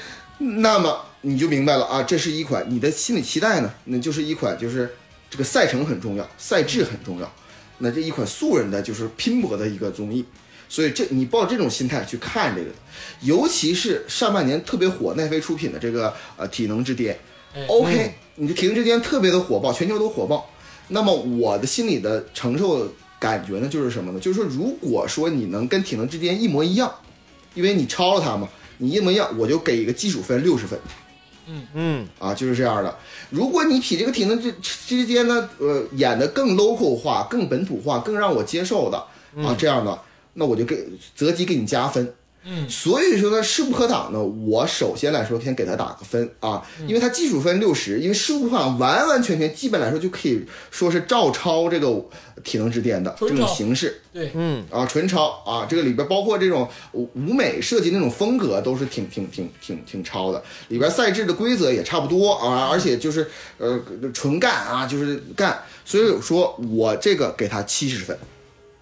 那么你就明白了啊，这是一款你的心理期待呢，那就是一款就是这个赛程很重要，赛制很重要，那这一款素人的就是拼搏的一个综艺，所以这你抱这种心态去看这个，尤其是上半年特别火奈飞出品的这个呃体能之巅哎，OK，你的体能之巅特别的火爆，全球都火爆。那么我的心里的承受感觉呢，就是什么呢？就是说，如果说你能跟体能之巅一模一样，因为你超了他嘛，你一模一样，我就给一个基础分六十分。嗯，啊，就是这样的。如果你比这个体能之之间呢，呃，演的更 local 化、更本土化、更让我接受的啊，这样的，那我就给择机给你加分。嗯，所以说呢，势不可挡呢。我首先来说，先给他打个分啊，因为他基础分六十，因为失误上完完全全，基本来说就可以说是照抄这个体能之巅的这纯种抄形式。对，啊，纯抄啊，这个里边包括这种舞舞美设计那种风格都是挺挺挺挺挺抄的，里边赛制的规则也差不多啊，而且就是呃纯干啊，就是干，所以我说我这个给他七十分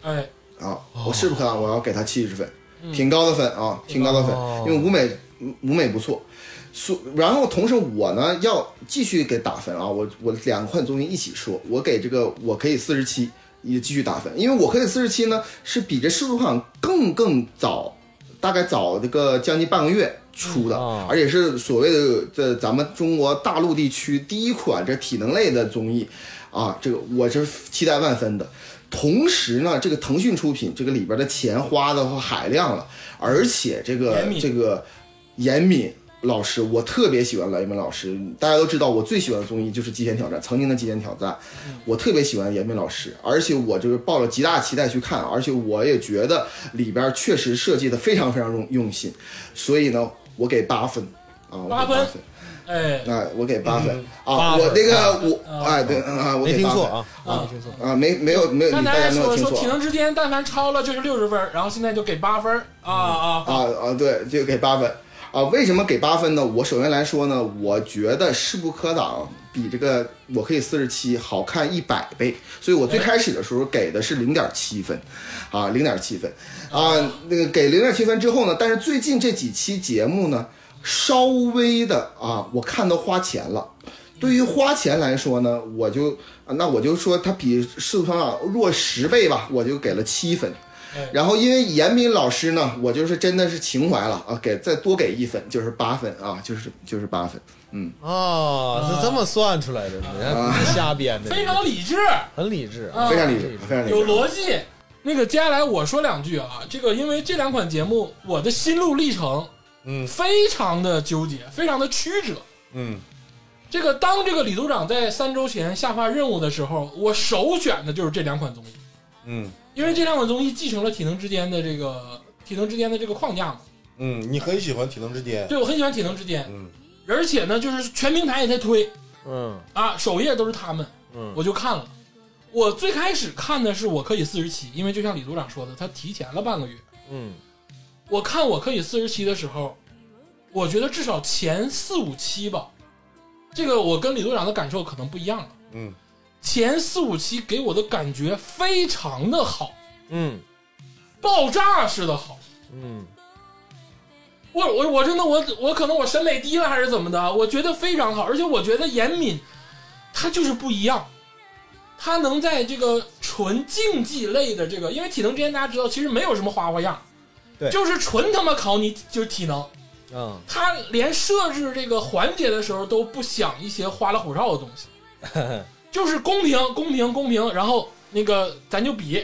哎，啊，我是不可能我要给他七十分，挺高的分啊，挺高的分，嗯哦因为舞美舞美不错。所然后同时我呢要继续给打分啊，我我两款综艺一起说，我给这个我可以四十七也继续打分，因为我可以四十七呢是比这世足榜更更早，大概早这个将近半个月出的，嗯啊而且是所谓的这咱们中国大陆地区第一款这体能类的综艺，啊，这个我是期待万分的。同时呢，这个腾讯出品这个里边的钱花的海量了，而且这个严敏这个严敏老师，我特别喜欢严敏老师。大家都知道，我最喜欢的综艺就是《极限挑战》，曾经的《极限挑战》，嗯我特别喜欢严敏老师，而且我就是抱着极大期待去看，而且我也觉得里边确实设计的非常非常用用心，所以呢，我给八分啊，我给八八分分。哎，那我给八分啊，八分我那个我啊哎对啊，我没给听八错分啊，啊没听错。啊，没没有没有，刚你大家才没有说听说错体啊能之巅，但凡超了就是六十分，然后现在就给八分啊啊啊啊，对，就给八分啊。为什么给八分呢？我首先来说呢，我觉得势不可挡，比这个我可以四十七好看一百倍，所以我最开始的时候给的是零点七分，啊，零点七分啊，那个给零点七分之后呢，但是最近这几期节目呢，稍微的啊，我看到花钱了。对于花钱来说呢，我就啊那我就说它比世俗上弱十倍吧，我就给了七分。然后因为严敏老师呢，我就是真的是情怀了啊，给再多给一分，就是八分啊，就是就是八分，嗯，啊，是这么算出来的，你看啊不是瞎编嗯的，非常理智，很理智啊。啊非常理智，非常理有智。逻辑。那个接下来我说两句啊，这个因为这两款节目，我的心路历程，嗯非常的纠结，非常的曲折。嗯这个当这个李组长在三周前下发任务的时候，我首选的就是这两款综艺，嗯因为这两款综艺继承了体能之间的这个体能之间的这个框架嘛。嗯，你很喜欢体能之巅，对我很喜欢体能之间，嗯而且呢，就是全平台也在推嗯啊，首页都是他们，嗯我就看了。我最开始看的是我可以四十七，因为就像李组长说的，他提前了半个月。嗯我看我可以四十期的时候，我觉得至少前四五期吧，这个我跟李队长的感受可能不一样了。嗯前四五期给我的感觉非常的好，嗯爆炸似的好。嗯我我我真的我我可能我审美低了还是怎么的，我觉得非常好，而且我觉得严敏他就是不一样，他能在这个纯竞技类的这个，因为体能之前大家知道其实没有什么花花样，对就是纯他妈考你就是体能，啊，他连设置这个环节的时候都不想一些花里胡哨的东西，就是公平、公平、公平，然后那个咱就比，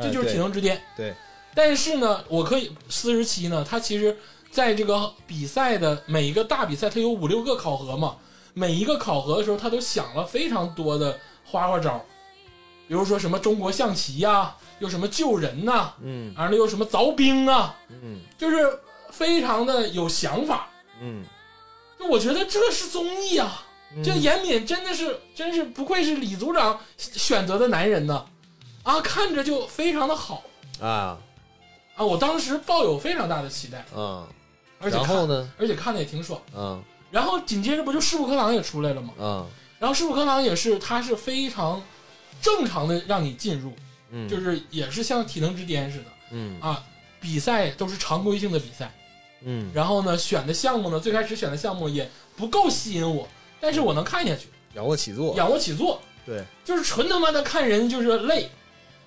这就是体哎能之巅。对对但是呢，我可以四十七呢，它其实在这个比赛的每一个大比赛，它有五六个考核嘛，每一个考核的时候，他都想了非常多的花花招，比如说什么中国象棋呀、又什么救人呐、嗯完了又什么凿冰啊，嗯就是非常的有想法。嗯，就我觉得这是综艺啊，嗯这严敏真的是，真是不愧是李组长选择的男人呐，啊，看着就非常的好啊啊！我当时抱有非常大的期待，啊，而且然看后呢而且看的也挺爽。啊然后紧接着不就势不可挡也出来了吗？啊然后师傅课堂也是，它是非常正常的让你进入，嗯就是也是像体能之巅似的嗯啊。比赛都是常规性的比赛，嗯，然后呢，选的项目呢，最开始选的项目也不够吸引我，但是我能看下去，仰卧起坐，仰卧起坐，对，就是纯他妈的看人就是累，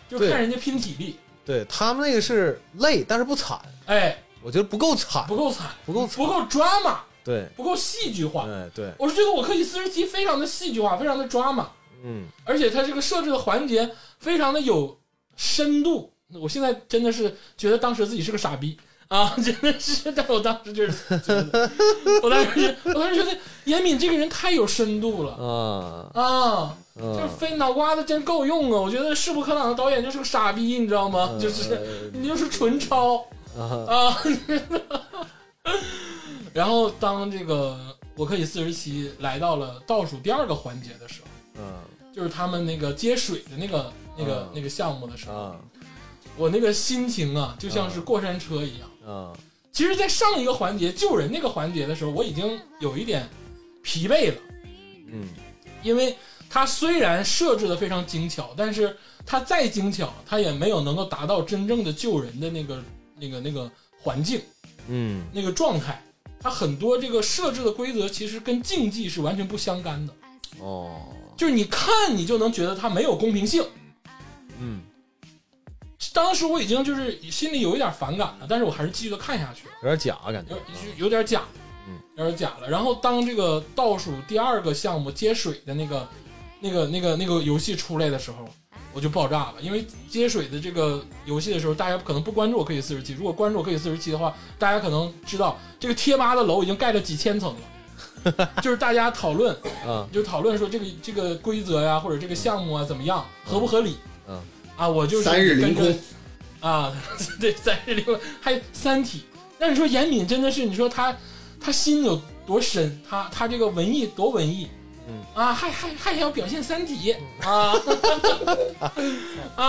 就对看人家拼体力，对他们那个是累，但是不惨，哎，我觉得不够惨，不够惨，不够惨不够 drama，对，不够戏剧化。对对，我是觉得我可以四十七非常的戏剧化，非常的 drama，嗯而且它这个设置的环节非常的有深度。我现在真的是觉得当时自己是个傻逼啊， 真的是，但我当时就是觉得，我当时是我当时觉得严敏这个人太有深度了啊啊，就是嗯，非脑瓜子真够用啊！我觉得《势不可挡》的导演就是个傻逼，你知道嗯吗？ 就是你就是纯抄啊啊。然后当这个我可以四十七来到了倒数第二个环节的时候。嗯就是他们那个接水的那个、那个嗯、那个项目的时候，啊我那个心情啊，就像是过山车一样。啊其实，在上一个环节救人那个环节的时候，我已经有一点疲惫了，嗯因为它虽然设置的非常精巧，但是它再精巧，它也没有能够达到真正的救人的那个、那个、那个环境、嗯那个状态。它很多这个设置的规则其实跟竞技是完全不相干的，哦就是你看你就能觉得它没有公平性。嗯，当时我已经就是心里有一点反感了，但是我还是继续的看下去了，有点假感觉有，有点假，哦嗯，有点假了。然后当这个倒数第二个项目接水的那个、那个、那个、那个游戏出来的时候，我就爆炸了，因为接水的这个游戏的时候，大家可能不关注我可以四十七，如果关注我可以四十七的话，大家可能知道这个贴吧的楼已经盖了几千层了， 就是大家讨论啊就讨论说这个这个规则呀，或者这个项目啊怎么样，合不合理？嗯啊，我就是三日凌跟着空啊， 对，三日凌空，还有《三体》。那你说严敏真的是，你说他他心有多深，他他这个文艺多文艺，嗯啊，还还还要表现《三体》啊 啊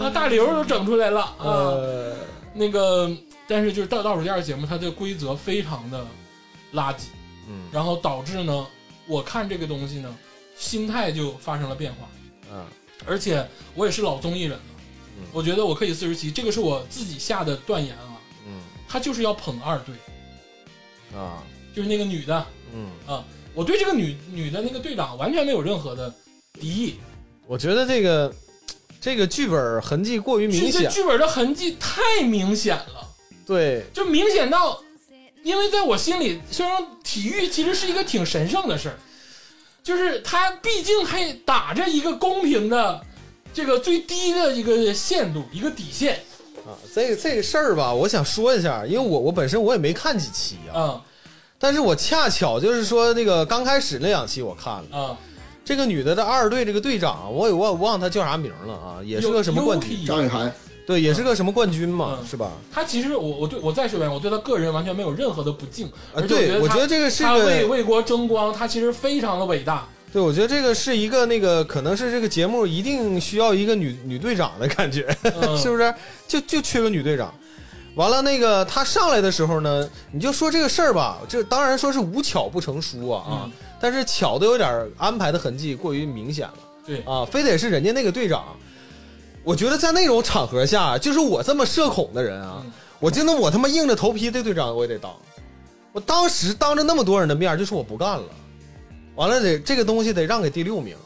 啊！大刘都整出来了啊，呃那个但是就是倒倒数第二节目，它的规则非常的垃圾。嗯然后导致呢，我看这个东西呢，心态就发生了变化。啊而且我也是老综艺人了，嗯我觉得我可以四十七，这个是我自己下的断言啊，嗯他就是要捧二队，啊就是那个女的，嗯。我对这个女女的那个队长完全没有任何的敌意，我觉得这个这个剧本痕迹过于明这这显，剧本的痕迹太明显了，对，就明显到，因为在我心里，虽然体育其实是一个挺神圣的事儿，就是它毕竟还打着一个公平的这个最低的一个限度，一个底线啊，这个这个事儿吧，我想说一下，因为我我本身我也没看几期啊，啊但是我恰巧就是说那个刚开始那两期我看了，啊，这个女的的二队这个队长，啊我也忘忘她叫啥名了啊，也是个什么冠军， Yuki 张雨涵对，也是个什么冠军嘛，嗯是吧？他其实我我对我再说一遍，我对他个人完全没有任何的不敬，啊，而且对，我他觉得这个是他为个，为国争光，他其实非常的伟大。对，我觉得这个是一个那个，可能是这个节目一定需要一个女女队长的感觉，嗯、 是不是？就就缺个女队长。完了，那个他上来的时候呢，你就说这个事儿吧，这当然说是无巧不成书啊啊，嗯但是巧的有点儿安排的痕迹过于明显了，对啊，非得是人家那个队长。我觉得在那种场合下，就是我这么社恐的人啊，嗯我真的我他妈硬着头皮这队长我也得当。我当时当着那么多人的面儿，就说我不干了。完了得这个东西得让给第六名，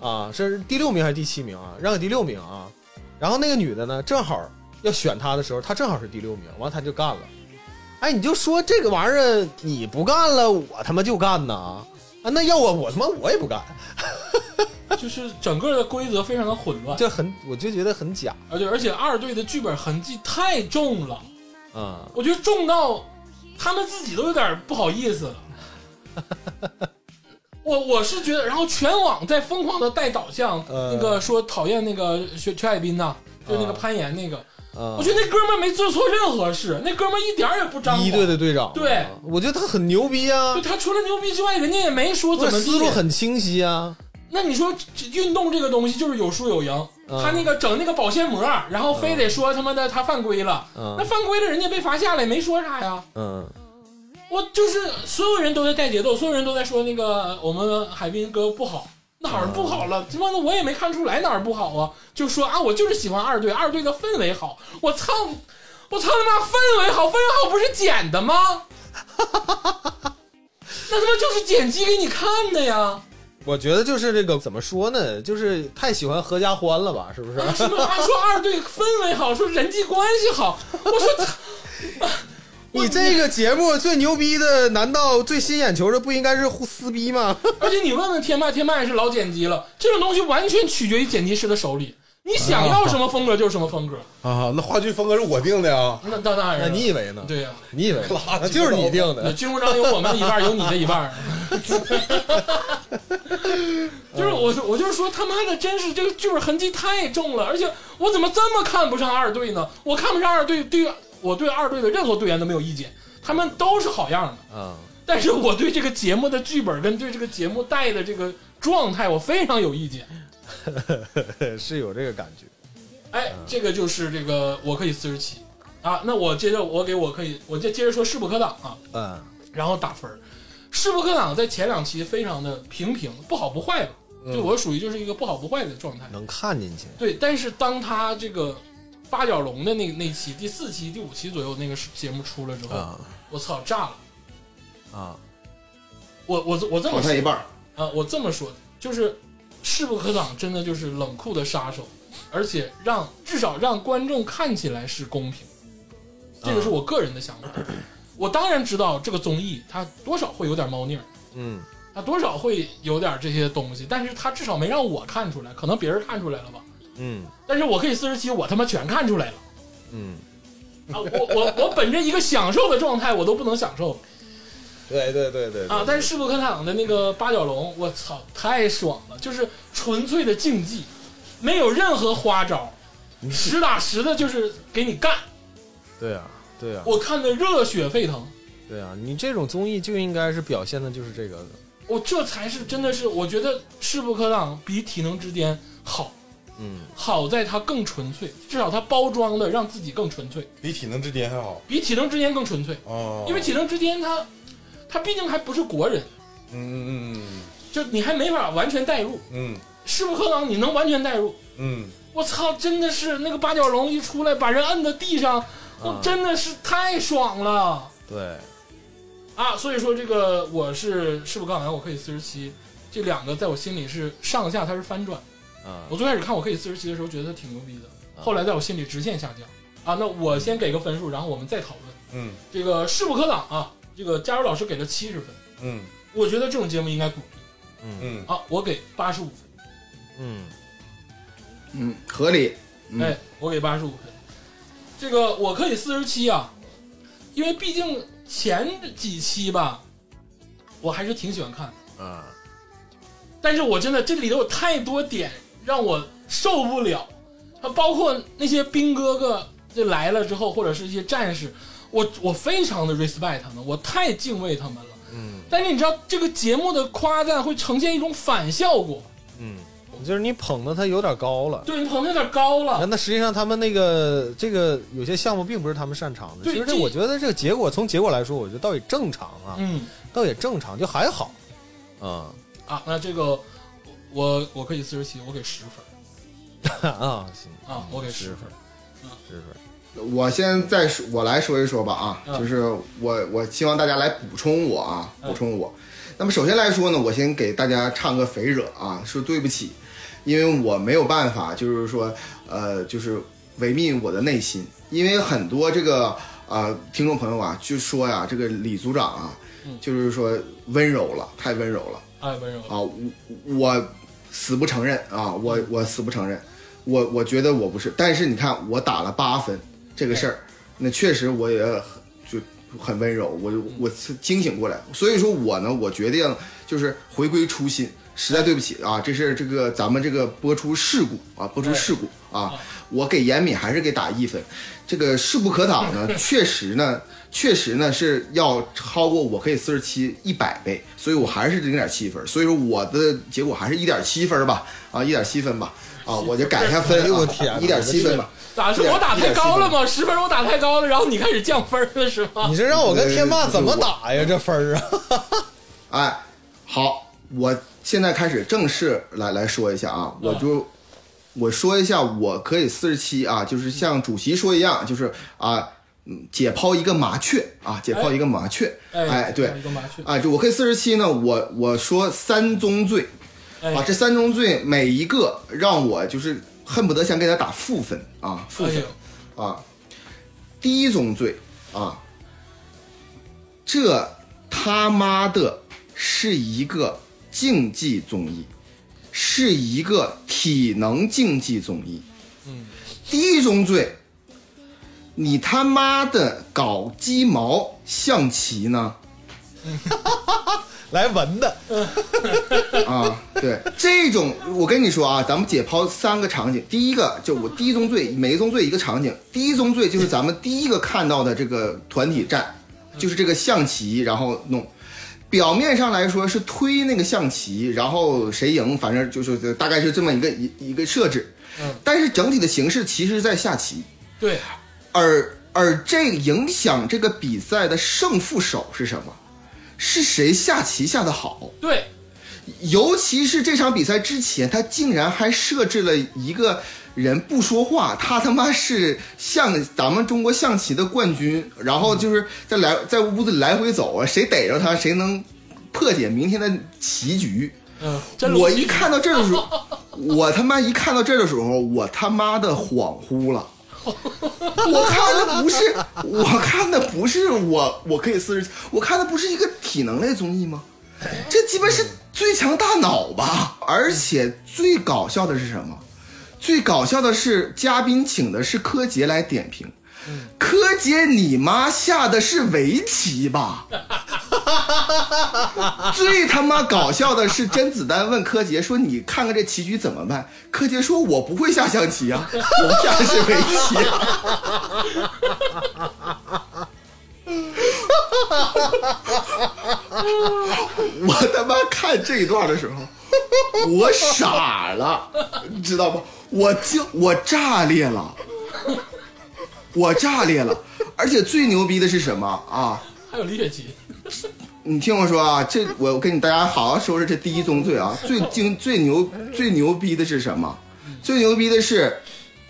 啊，是第六名还是第七名啊？让给第六名啊。然后那个女的呢，正好要选她的时候，她正好是第六名，完了她就干了。哎，你就说这个玩意儿你不干了，我他妈就干呐！啊，那要我我他妈我也不干，就是整个的规则非常的混乱，这很我就觉得很假而且而且二队的剧本痕迹太重了，啊、我觉得重到他们自己都有点不好意思了。 我我是觉得，然后全网在疯狂的带导向，呃那个说讨厌那个薛薛海滨呐、就是那个啊攀岩那个，啊！我觉得那哥们儿没做错任何事，那哥们儿一点儿也不张狂。一队嗯的队长，对，我觉得他很牛逼啊就，他除了牛逼之外，人家也没说怎这么地思路。很清晰啊。那你说这运动这个东西就是有输有赢，嗯他那个整那个保鲜膜，然后非得说他妈的他犯规了，嗯那犯规了人家被罚下来没说啥呀，嗯，我就是所有人都在带节奏，所有人都在说那个我们海滨哥不好，哪儿不好了？他妈的我也没看出来哪儿不好啊！就说啊，我就是喜欢二队，二队的氛围好。我操，我操他妈氛围好，氛围好不是剪的吗？那他妈就是剪辑给你看的呀！我觉得就是这个怎么说呢，就是太喜欢合家欢了吧，是不是？什么啊？说二队氛围好，说人际关系好，我说操你这个节目最牛逼的，难道最吸引眼球的不应该是互撕逼吗？而且你问问天霸，天霸也是老剪辑了，这种东西完全取决于剪辑师的手里。你想要什么风格就是什么风格，啊，那话剧风格是我定的啊，那那当然 那了。你以为呢？对呀、你以为拉倒就是你定那的？军功章有我们的一半，有你的一半。 就是我说，我就是说，他妈的，真是这个剧本痕迹太重了，而且我怎么这么看不上二队呢？我看不上二队，对我对二队的任何队员都没有意见，他们都是好样的。啊，但是我对这个节目的剧本跟对这个节目带的这个状态，我非常有意见。啊 是有这个感觉。哎，嗯这个就是这个我可以四十七啊。那我接着我给我可以，我就接着说势不可挡啊，嗯然后打分儿。势不可挡在前两期非常的平平，不好不坏吧，嗯就我属于就是一个不好不坏的状态。能看进去。对，但是当他这个八角笼的那那期第四期、第五期左右那个节目出了之后，啊我操炸了！啊，我我我这好么看一半儿，啊，我这么说就是势不可挡，真的就是冷酷的杀手，而且让至少让观众看起来是公平，这个是我个人的想法。我当然知道这个综艺它多少会有点猫腻儿，嗯它多少会有点这些东西，但是它至少没让我看出来，可能别人看出来了吧。嗯但是我可以四十七，我他妈全看出来了嗯，啊！我我我本着一个享受的状态，我都不能享受。对对对对啊！但是世博科场的那个八角笼，我操，太爽了！就是纯粹的竞技，没有任何花招，实打实的就是给你干。对啊对啊我看的热血沸腾，对啊！你这种综艺就应该是表现的就是这个的。我这才是真的是，我觉得世博科档比体能之巅好，嗯，好在它更纯粹，至少它包装的让自己更纯粹，比体能之巅还好比体能之巅更纯粹。哦，因为体能之巅它，它毕竟还不是国人，嗯嗯嗯就你还没法完全代入。嗯世博科档你能完全代入，嗯我操，真的是那个八角笼一出来，把人摁在地上，嗯我哦真的是太爽了啊对，啊！所以说这个我是是不杠完我可以四十七，这两个在我心里是上下它是翻转。啊我最开始看我可以四十七的时候觉得它挺牛逼的，后来在我心里直线下降啊。那我先给个分数，然后我们再讨论嗯这个势不可挡啊。这个加油老师给了七十分，嗯我觉得这种节目应该鼓励嗯 嗯啊，我给八十五分。嗯嗯，合理。嗯哎，我给八十五分。这个我可以四十七啊，因为毕竟前几期吧，我还是挺喜欢看的。啊但是我真的这里头有太多点让我受不了，它包括那些兵哥哥这来了之后，或者是一些战士，我我非常的 respect 他们，我太敬畏他们了。嗯但是你知道，这个节目的夸赞会呈现一种反效果，嗯，就是你捧的他有点高了。对你捧的有点高了。那实际上，他们那个这个有些项目并不是他们擅长的。对其实这这我觉得这个结果，从结果来说，我觉得倒也正常啊，嗯倒也正常，就还好。啊 啊，那这个我我可以四十七，我给十分。啊，行啊我给十十分分，十分。我先再说，我来说一说吧啊，嗯就是我我希望大家来补充我啊，嗯补充我。那么首先来说呢，我先给大家唱个肥惹啊，说对不起，因为我没有办法，就是说呃，就是违密我的内心，因为很多这个呃听众朋友啊，就说呀、这个李组长啊，嗯就是说温柔了，太温柔了。哎，温柔了。啊，我我死不承认啊，我我死不承认，我我觉得我不是，但是你看我打了八分这个事儿，那确实我也很就很温柔，我我惊醒过来，所以说我呢，我决定就是回归初心。实在对不起啊，这是这个咱们这个播出事故啊，播出事故啊，我给严敏还是给打一分，这个势不可挡 呢，确实呢，确实呢是要超过我可以四十七一百倍，所以我还是零点七分，所以说我的结果还是一点七分吧，啊，一点七分吧，啊，我就改一下 分哎呦啊我天哪，一点七分吧。咋啊是我打太高了吗？十分我打太高了，然后你开始降分了是吗？你这让我跟天霸怎么打呀？这分儿啊， 哎，好，我现在开始正式来来说一下啊，我就我说一下，我可以四十七啊，就是像主席说一样，就是啊，嗯，解剖一个麻雀啊，解剖一个麻雀，哎，对一，个麻雀，哎，就我可以四十七呢，我我说三宗罪哎啊，这三宗罪每一个让我就是恨不得想给他打负分啊，负哎分呦，啊，第一宗罪啊，这他妈的是一个竞技综艺，是一个体能竞技综艺。嗯，第一宗罪，你他妈的搞鸡毛象棋呢？来文的，啊，对，这种我跟你说啊，咱们解剖三个场景，第一个就我第一宗罪，每一宗罪一个场景，第一宗罪就是咱们第一个看到的这个团体战，就是这个象棋，然后弄。表面上来说是推那个象棋，然后谁赢，反正就是大概是这么一个一一个设置，但是整体的形式其实在下棋，对，而而这影响这个比赛的胜负手是什么？是谁下棋下得好？对，尤其是这场比赛之前，他竟然还设置了一个人不说话，他他妈是象咱们中国象棋的冠军，然后就是在来在屋子里来回走啊，谁逮着他谁能破解明天的棋局。嗯，真我一看到这儿的时候，我他妈一看到这儿的时候，我他妈的恍惚了。我看的不是，我看的不是我，我可以四十，我看的不是一个体能类综艺吗？这基本是最强大脑吧。而且最搞笑的是什么？最搞笑的是嘉宾请的是柯洁来点评，柯洁你妈下的是围棋吧？ 最他妈搞笑的是，甄子丹问柯洁说：“你看看这棋局怎么办？”柯洁说：“我不会下象棋啊， 我下的是围棋、啊。” 我他妈看这一段的时候，我傻了，你知道吗？我惊，我炸裂了，我炸裂了。而且最牛逼的是什么啊？还有李雪琴，你听我说啊，这我我跟你大家好好说说这第一宗罪啊， 最精最牛最牛逼的是什么？嗯最牛逼的是，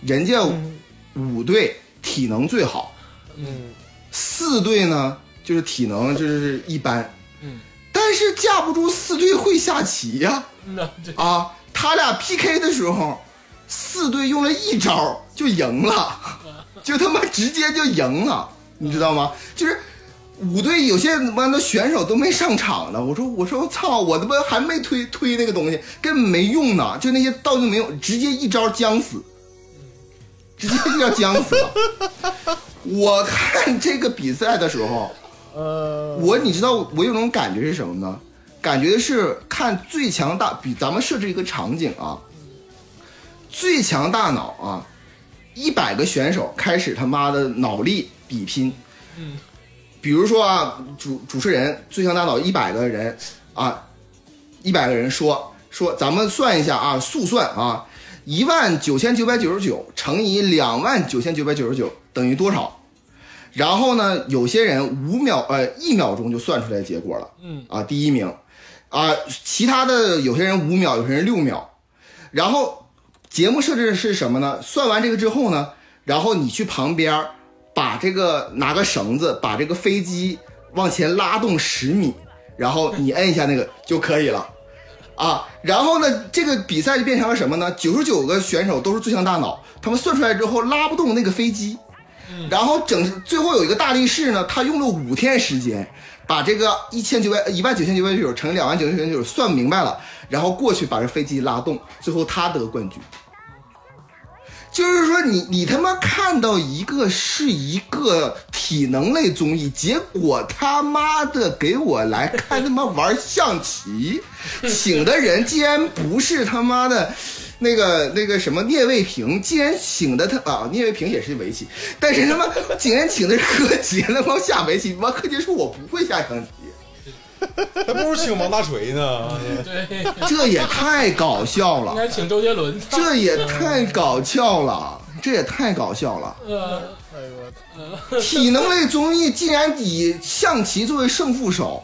人家五队体能最好，嗯，四队呢就是体能就是一般，嗯，但是架不住四队会下棋呀、那这啊，他俩 PK 的时候，四队用了一招就赢了， 就他妈直接就赢了，你知道吗？就是五队有些他妈的选手都没上场呢。我说我说操，我他妈还没推推那个东西，根本没用呢，就那些道具没用，直接一招将死，直接就要将死了。 我看这个比赛的时候，呃，我你知道我有种感觉是什么呢？感觉是看最强大，比咱们设置一个场景啊，最强大脑啊，一百个选手开始他妈的脑力比拼，嗯，比如说啊，主主持人最强大脑一百个人啊，一百个人说说，咱们算一下啊，速算啊，一万九千九百九十九乘以两万九千九百九十九等于多少？然后呢，有些人五秒呃一秒钟就算出来结果了，嗯啊，第一名，啊，其他的有些人五秒，有些人六秒，然后节目设置是什么呢？算完这个之后呢，然后你去旁边儿把这个拿个绳子把这个飞机往前拉动十米，然后你摁一下那个就可以了。啊，然后呢，这个比赛就变成了什么呢？九十九个选手都是最强大脑，他们算出来之后拉不动那个飞机，然后整最后有一个大力士呢，他用了五天时间，把这个一千九百一万九千九百九乘两万九千九百九算明白了，然后过去把这飞机拉动，最后他得冠军。就是说你，你他妈看到一个是一个体能类综艺，结果他妈的给我来看他妈玩象棋，请的人竟然不是他妈的。那个那个什么聂卫平，竟然请的他啊，聂卫平也是围棋，但是他妈竟然请的是柯洁，他妈下围棋，完柯洁说我不会下象棋，还不如请王大锤呢。对，这也太搞笑应了，该请周杰伦。这也太搞笑了，这也太搞笑了。呃，哎呦我操！体能类综艺竟然以象棋作为胜负手，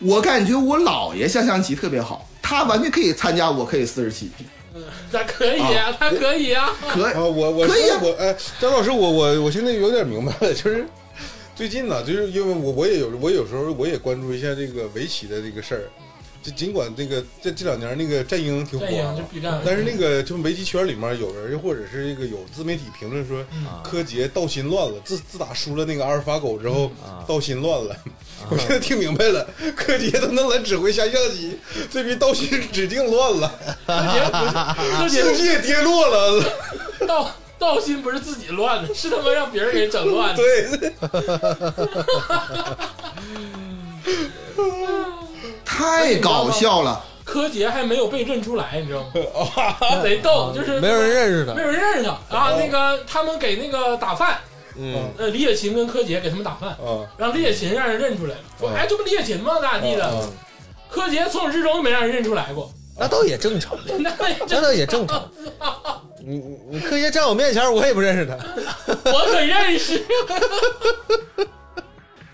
我感觉我姥爷下象棋特别好，他完全可以参加，我可以四十七，咱可以啊，他可以啊。可以啊，我我可以啊我哎，张老师，我我我现在有点明白了，就是最近呢，就是因为我我也有我有时候我也关注一下这个围棋的这个事儿，就尽管这个这这两年那个战鹰挺火战鹰啊就 B 站，但是那个就围棋圈里面有人或者是这个有自媒体评论说啊柯洁道心乱了，自自打输了那个阿尔法狗之后啊道心乱了。 我现在听明白了，柯洁都能来指挥下象棋，这逼道心指定乱了， 柯洁境界跌落了。道道心不是自己乱的，是他妈让别人给整乱的。对，太搞笑了。柯洁还没有被认出来，你知道嗯吗？贼逗，就是没有人认识他没有人认识他啊。那个他们给那个打饭，嗯呃，李雪琴跟柯洁给他们打饭，啊，让李雪琴让人认出来了，说嗯哎，这不李雪琴吗？咋地啊的？柯洁从始至终没让人认出来过， 那倒也正常，那那这倒也 正常。你你你柯洁站我面前，我也不认识他。我可认识。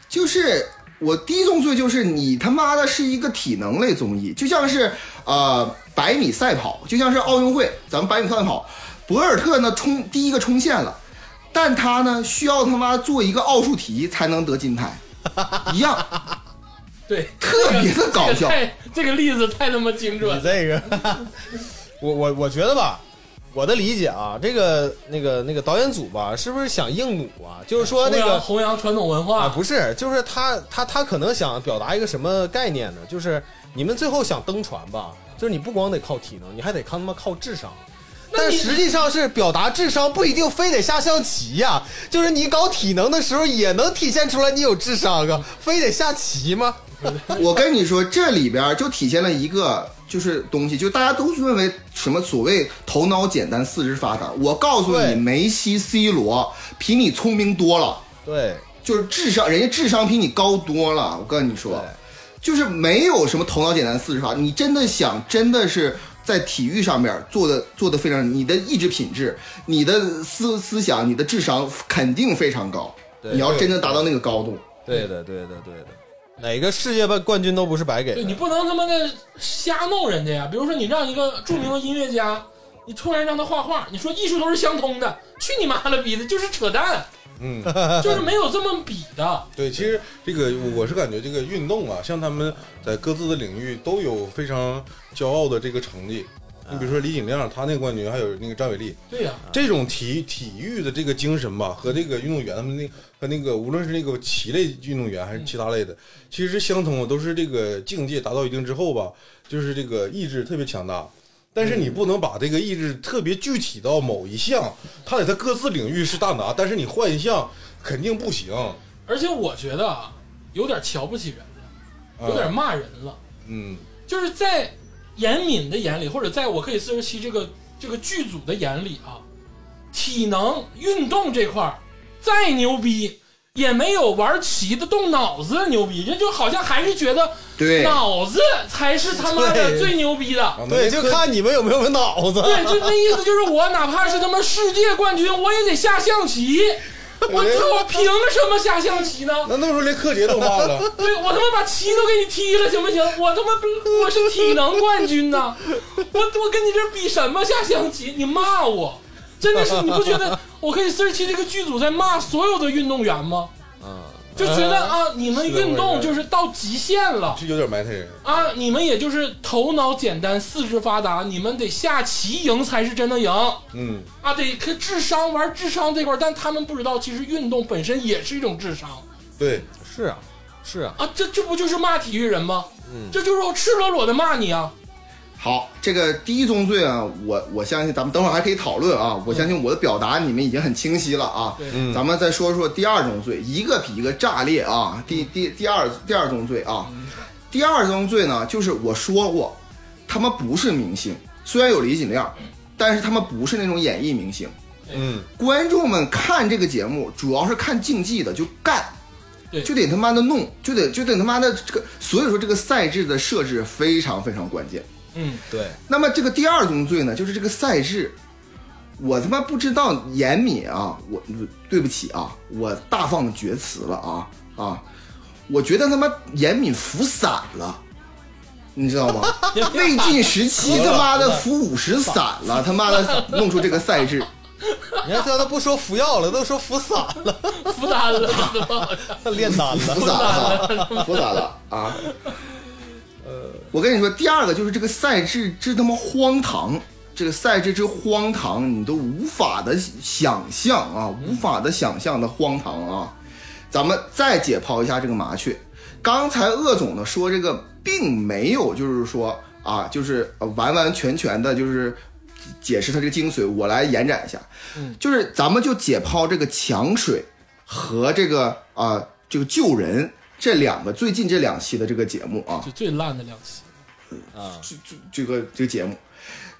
就是我第一宗罪就是你他妈的是一个体能类综艺，就像是呃百米赛跑，就像是奥运会，咱们百米赛跑，博尔特呢冲第一个冲线了，但他呢需要他妈做一个奥数题才能得金牌，一样 对，特别的搞笑这个太这个例子太他妈精准了。你这个，我我我觉得吧，我的理解啊，这个那个那个导演组吧，是不是想硬弩啊？就是说那弘扬个弘扬传统文啊，化，不是，就是他他他可能想表达一个什么概念呢？就是你们最后想登船吧，就是你不光得靠体能，你还得靠他妈靠智商。但你实际上是表达智商不一定非得下象棋呀、就是你搞体能的时候也能体现出来你有智商啊，非得下棋吗？我跟你说，这里边就体现了一个就是东西，就大家都认为什么所谓头脑简单四肢发达，我告诉对你，梅西、C 罗比你聪明多了。对，就是智商，人家智商比你高多了。我跟你说，就是没有什么头脑简单四十法，你真的想，真的是在体育上面做的做的非常，你的意志品质、你的思思想、你的智商肯定非常高。对你要真的达到那个高度，对的，对的，对的，哪个世界冠冠军都不是白给对的你。不能他妈的瞎弄人家呀！比如说，你让一个著名的音乐家，你突然让他画画，你说艺术都是相通的，去你妈了逼的，就是扯淡，嗯。 就是没有这么比的。对，其实这个我是感觉这个运动啊，像他们在各自的领域都有非常骄傲的这个成绩。你比如说李景亮，他那个冠军，还有那个张伟丽，对呀、这种体体育的这个精神吧，和这个运动员他们那和那个无论是那个棋类运动员还是其他类的，其实是相通的，都是这个境界达到一定之后吧，就是这个意志特别强大。但是你不能把这个意志特别具体到某一项，他在他各自领域是大拿，但是你换一项肯定不行。啊而且我觉得啊，有点瞧不起人了，啊有点骂人了。嗯，就是在严敏的眼里，或者在我可以四十七这个这个剧组的眼里啊，体能运动这块儿再牛逼，也没有玩棋的动脑子牛逼。人就好像还是觉得对脑子才是他妈的对最牛逼的。啊对，就 看你们有 没有个脑子。对，就那意思就是我哪怕是他妈世界冠军，我也得下象棋。 我操！我凭什么下象棋呢？那那时候连柯洁都骂了，对哎我他妈把棋都给你踢了，行不行？我他妈不我是体能冠军呐、我我跟你这比什么下象棋？你骂我，真的是你不觉得我可以四十七这个剧组在骂所有的运动员吗？啊，就觉得啊，你们运动就是到极限了是有点埋汰人。啊，你们也就是头脑简单，四肢发达，你们得下棋赢才是真的赢啊，嗯，得可智商玩智商这块儿，但他们不知道，其实运动本身也是一种智商。对，是啊，是啊，啊，这这不就是骂体育人吗？嗯，这就是我赤裸裸的骂你啊！好，这个第一宗罪啊，我我相信咱们等会儿还可以讨论啊，我相信我的表达你们已经很清晰了啊对。嗯咱们再说说第二宗罪，一个比一个炸裂啊。第第第二第二宗罪啊，第二宗罪呢，就是我说过，他们不是明星，虽然有李锦亮，但是他们不是那种演艺明星。嗯，观众们看这个节目主要是看竞技的，就干。对就得他妈的弄，就得就得他妈的这个，所以说这个赛制的设置非常非常关键。嗯，对，那么这个第二宗罪呢，就是这个赛制，我他妈不知道严敏啊，我对不起啊，我大放厥词了啊啊！我觉得他妈严敏服散了，你知道 吗？魏晋时期他妈的服五十散了，他妈的弄出这个赛制。你看，他都不说服药了，都说服散了， 负担了，这都忘了炼丹了。服咋了？服咋了啊？呃，我跟你说，第二个就是这个赛制之他妈荒唐，这个赛制之荒唐，你都无法的想象啊，无法的想象的荒唐啊！咱们再解剖一下这个麻雀。刚才鄂总呢说这个并没有，就是说啊，就是呃完完全全的，就是解释它这个精髓。我来延展一下，就是咱们就解剖这个抢水和这个啊、这个救人这两个最近这两期的这个节目 啊，就最烂的两期，这这这个这个节目，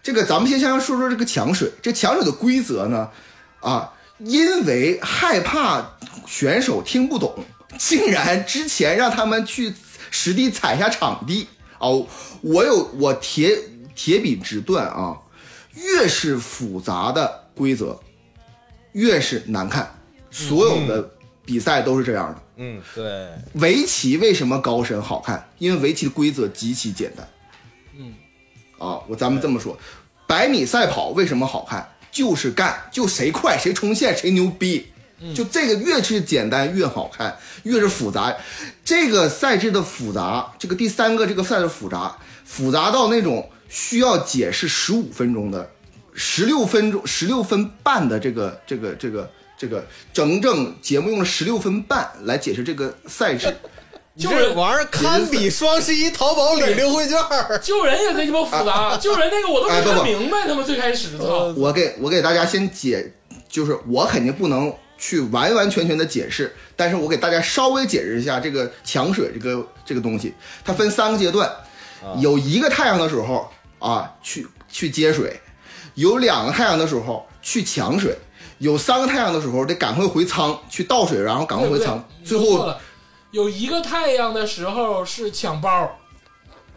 这个咱们先先说说这个抢水。这抢水的规则呢，啊，因为害怕选手听不懂，竟然之前让他们去实地踩一下场地哦。我有我铁铁笔直断啊，越是复杂的规则，越是难看。所有的比赛都是这样的。嗯，对，围棋为什么高深好看？因为围棋的规则极其简单。嗯，啊，我咱们这么说，百米赛跑为什么好看？就是干，就谁快谁冲线谁牛逼。就这个越是简单越好看，越是复杂。这个赛制的复杂，这个第三个这个赛制复杂，复杂到那种需要解释十五分钟的，十六分钟十六分半的这个这个这个这个整整节目用了十六分半来解释这个赛制。就就是是玩意儿堪比双十一淘宝领优惠券儿。救人也贼鸡巴复杂，救人那个我都没哎不不看明白，他妈最开始操，我给我给大家先解，就是我肯定不能去完完全全的解释，但是我给大家稍微解释一下这个抢水这个这个东西，它分三个阶段，啊有一个太阳的时候啊，去去接水；有两个太阳的时候去抢水；有三个太阳的时候得赶快回仓去倒水，然后赶对快不回对仓，？你最说错后了有一个太阳的时候是抢包，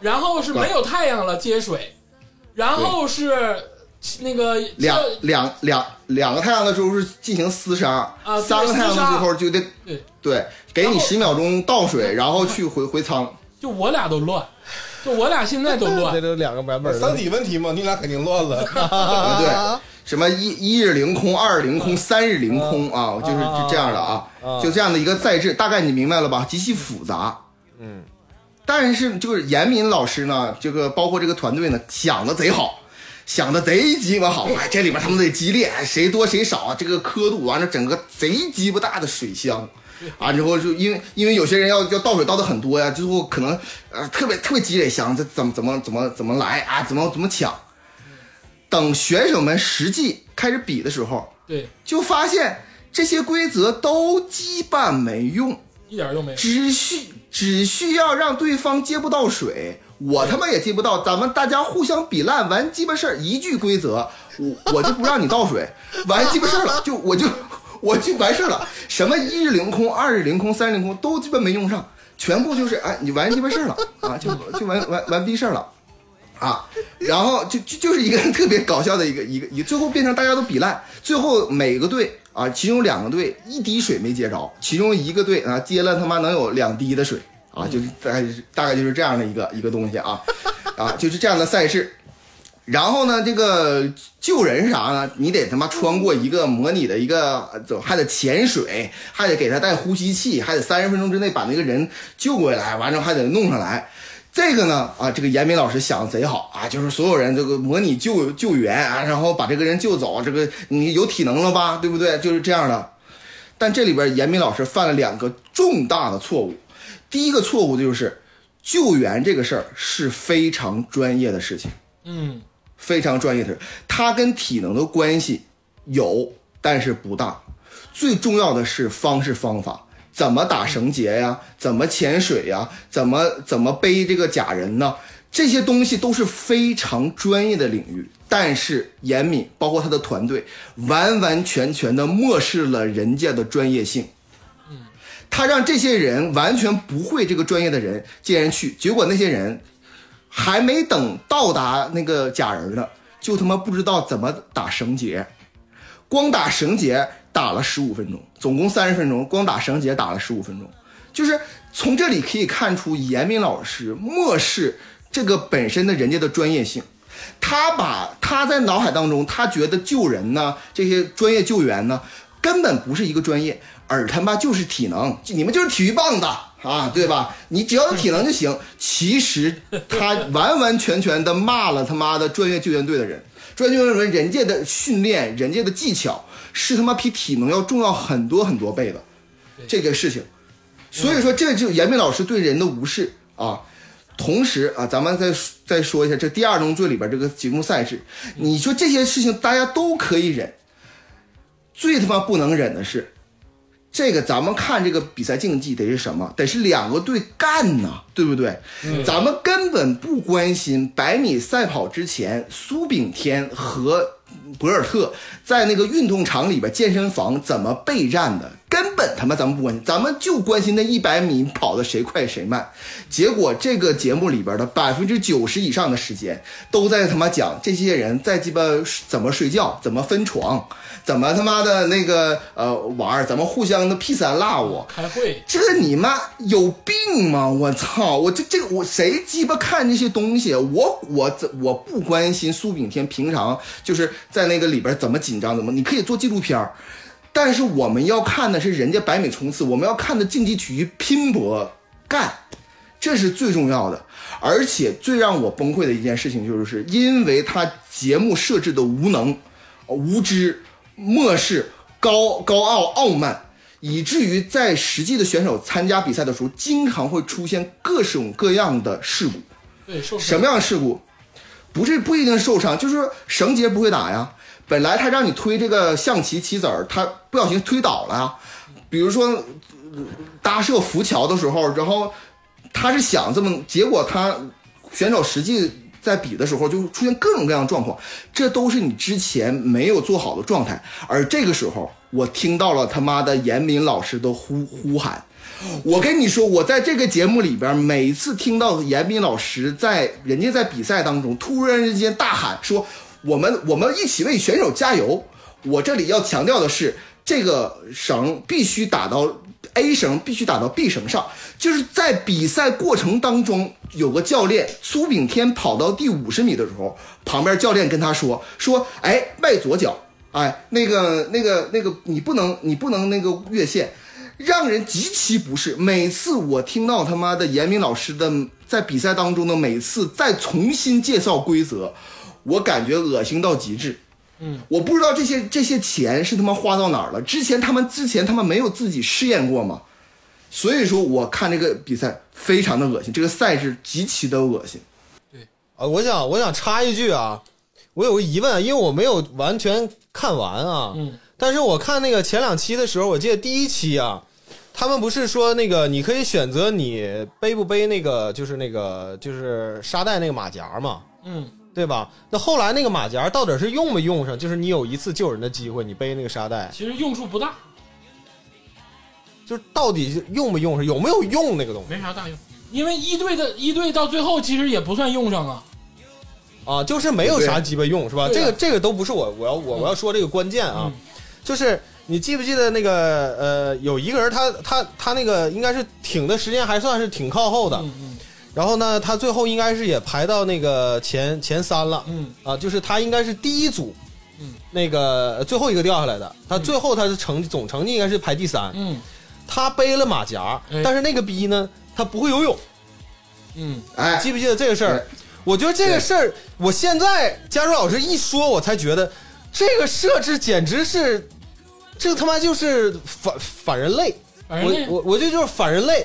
然后是没有太阳了接水，然后是那个两两两两个太阳的时候是进行厮杀，啊三个太阳的时候就得对，对给然你后十秒钟倒水，然后去回回仓。就我俩都乱，就我俩现在都这 乱，都两个版本儿三了。体问题嘛，你俩肯定乱了。对对，什么一一日凌空，二日凌空，三日凌空啊，就是就这样的啊，就这样的一个赛制，大概你明白了吧？极其复杂，嗯，但是就是严敏老师呢，这个包括这个团队呢，想的贼好。想的贼鸡巴好，哎，这里面他们得激烈，谁多谁少啊？这个刻度完了，整个贼鸡巴大的水箱，啊，之后就因为因为有些人要要倒水倒的很多呀，最后可能呃特别特别积累想这怎么怎么怎么怎么来啊，怎么怎么抢，等选手们实际开始比的时候，对，就发现这些规则都鸡巴没用，一点用没有。只需只需要让对方接不到水，我他妈也接不到，咱们大家互相比烂完鸡巴事儿，一句规则，我我就不让你倒水，完鸡巴事儿了，就我就我就完事儿了，什么一日凌空、二日凌空、三日凌空都鸡巴没用上，全部就是哎你完鸡巴事儿了啊，就就完完完逼事儿了。啊，然后就就就是一个特别搞笑的一个一个一个，最后变成大家都比烂，最后每个队啊，其中两个队一滴水没接着，其中一个队啊接了他妈能有两滴的水啊，就是大概就是大概就是这样的一个一个东西啊，啊，就是这样的赛事。然后呢，这个救人啥呢？你得他妈穿过一个模拟的一个，走还得潜水，还得给他带呼吸器，还得三十分钟之内把那个人救过来，完之后还得弄上来。这个呢，啊，这个严明老师想的贼好啊，就是所有人这个模拟救救援啊，然后把这个人救走，这个你有体能了吧，对不对？就是这样的。但这里边严明老师犯了两个重大的错误，第一个错误就是救援这个事儿是非常专业的事情。嗯，非常专业的人，他跟体能的关系有，但是不大。最重要的是方式方法，怎么打绳结呀？怎么潜水呀？怎么怎么背这个假人呢？这些东西都是非常专业的领域，但是严敏包括他的团队完完全全的漠视了人家的专业性。他让这些人完全不会这个专业的人竟然去，结果那些人还没等到达那个假人呢，就他妈不知道怎么打绳结，光打绳结打了十五分钟，总共三十分钟，光打绳结打了十五分钟。就是从这里可以看出，严明老师漠视这个本身的人家的专业性。他把他在脑海当中，他觉得救人呢，这些专业救援呢，根本不是一个专业，而他妈就是体能，你们就是体育棒子啊，对吧？ 你只要有体能就行。其实他完完全全的骂了他妈的专业救援队的人，专业救援队人家的训练，人家的技巧是他妈比体能要重要很多很多倍的，这个事情。所以说，这就是严明老师对人的无视啊。同时啊，咱们再说再说一下这第二宗罪里边这个节目赛制，你说这些事情大家都可以忍，最他妈不能忍的是，这个咱们看这个比赛竞技得是什么？得是两个队干呐，对不对？咱们根本不关心百米赛跑之前，苏炳添和博尔特在那个运动场里边健身房怎么备战的，根本他妈咱们不关心，咱们就关心那一百米跑的谁快谁慢。结果这个节目里边的百分之九十以上的时间都在他妈讲这些人在鸡巴怎么睡觉，怎么分床，怎么他妈的那个呃玩儿，怎么互相的 P 三落我，开会，这你妈有病吗？我操！我这这我谁鸡巴看这些东西？我我怎我不关心苏炳添平常就是在那个里边怎么紧张怎么，你可以做纪录片儿，但是我们要看的是人家百米冲刺，我们要看的竞技体育拼搏干，这是最重要的。而且最让我崩溃的一件事情就是，因为他节目设置的无能、无知、漠视、高高傲、傲慢。以至于在实际的选手参加比赛的时候，经常会出现各种各样的事故。对，受什么样的事故？不是不一定受伤，就是绳结不会打呀。本来他让你推这个象棋棋子儿，他不小心推倒了呀。比如说呃搭设浮桥的时候，然后他是想这么，结果他选手实际在比的时候就出现各种各样的状况，这都是你之前没有做好的状态。而这个时候，我听到了他妈的严敏老师的呼呼喊。我跟你说，我在这个节目里边，每次听到严斌老师在人家在比赛当中突然之间大喊说：“我们我们一起为选手加油。”我这里要强调的是，这个绳必须打到 A 绳，必须打到 B 绳上，就是在比赛过程当中，有个教练苏炳添跑到第五十米的时候，旁边教练跟他说：“说，哎，迈左脚，哎，那个那个那个，你不能你不能那个越线。”让人极其不适。每次我听到他妈的严明老师的在比赛当中的每次再重新介绍规则，我感觉恶心到极致。嗯，我不知道这些这些钱是他妈花到哪儿了。之前他们之前他们没有自己试验过吗？所以说，我看这个比赛非常的恶心，这个赛制极其的恶心。啊，我想我想插一句啊，我有个疑问啊，因为我没有完全看完啊，嗯，但是我看那个前两期的时候，我记得第一期啊，他们不是说那个你可以选择你背不背那个就是那个就是沙袋那个马甲嘛，嗯，对吧？那后来那个马甲到底是用没用上？就是你有一次救人的机会，你背那个沙袋，其实用处不大，就是到底是用没用上？有没有用那个东西没啥大用，因为一队的一队到最后其实也不算用上啊。啊？就是没有啥鸡巴用是吧？对这啊个这个都不是我我要我嗯我要说这个关键啊，嗯就是你记不记得那个呃，有一个人他他他那个应该是挺的时间还算是挺靠后的，嗯然后呢，他最后应该是也排到那个前前三了嗯啊，就是他应该是第一组，嗯，那个呃最后一个掉下来的，他最后他的成绩总成绩应该是排第三，嗯他背了马甲哎，但是那个逼呢，他不会游泳，嗯哎，记不记得这个事儿对？我觉得这个对事儿，我现在加入老师一说，我才觉得这个设置简直是，这他妈就是反反人类。嗯，反正我那我我这就是反人类。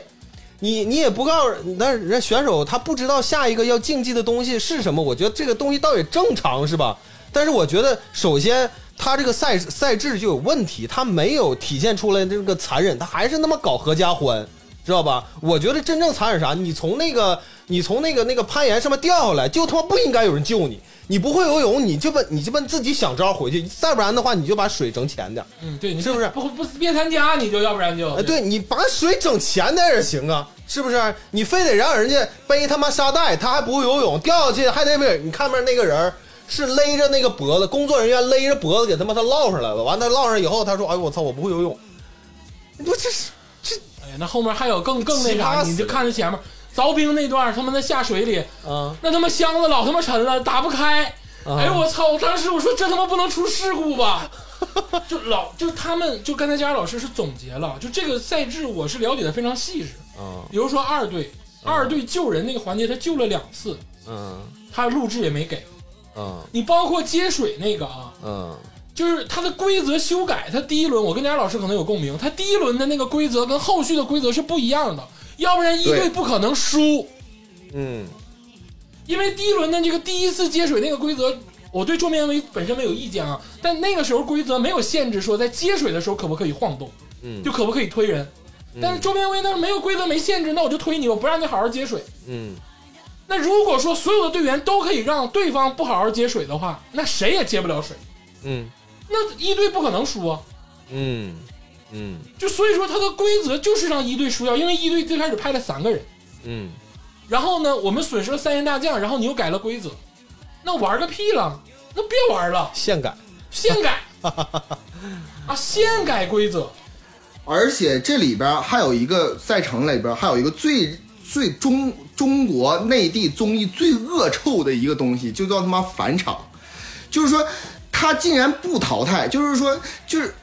你你也不告诉，但是人家选手他不知道下一个要竞技的东西是什么，我觉得这个东西倒也正常是吧？但是我觉得首先他这个赛赛制就有问题，他没有体现出来这个残忍，他还是那么搞合家欢，知道吧？我觉得真正残忍啥？你从那个你从那个那个攀岩上面掉下来，就他妈不应该有人救你，你不会游泳，你就奔你就奔自己想招回去，再不然的话，你就把水整浅点儿。嗯，对，你是不是不不别参加，你就要不然就哎，对你把水整浅点儿也行啊，是不是？你非得让人家背他妈沙袋，他还不会游泳，掉下去还得被你看面那个人儿是勒着那个脖子，工作人员勒着脖子给他妈他落上来了。完他落上以后，他说：“哎，我操，我不会游泳。”你说这是哎呀，那后面还有更更那奇葩啥，死你就看着前面凿冰那段，他妈那下水里，啊那他妈箱子老他妈沉了，打不开。啊哎呦我操！我当时我说这他妈不能出事故 吧？就老就他们就刚才佳佳老师是总结了，就这个赛制我是了解的非常细致。啊比如说二队，二队救人那个环节他救了两次，嗯他录制也没给。嗯你包括接水那个啊，嗯就是它的规则修改，它第一轮我跟佳老师可能有共鸣，它第一轮的那个规则跟后续的规则是不一样的，要不然一队对不可能输，嗯因为第一轮的这个第一次接水那个规则，我对桌面围本身没有意见啊，但那个时候规则没有限制说在接水的时候可不可以晃动，嗯就可不可以推人，但是周边威那儿没有规则没限制，那我就推你，我不让你好好接水。嗯那如果说所有的队员都可以让对方不好好接水的话，那谁也接不了水，嗯那一队不可能输啊。嗯嗯就所以说它的规则就是让一队输掉，因为一队最开始派了三个人，嗯然后呢，我们损失了三员大将，然后你又改了规则，那玩个屁了，那别玩了，现改现改啊，现改规则，而且这里边还有一个赛程里边还有一个最最中中国内地综艺最恶臭的一个东西，就叫他妈返场，就是说他竟然不淘汰，就是说就是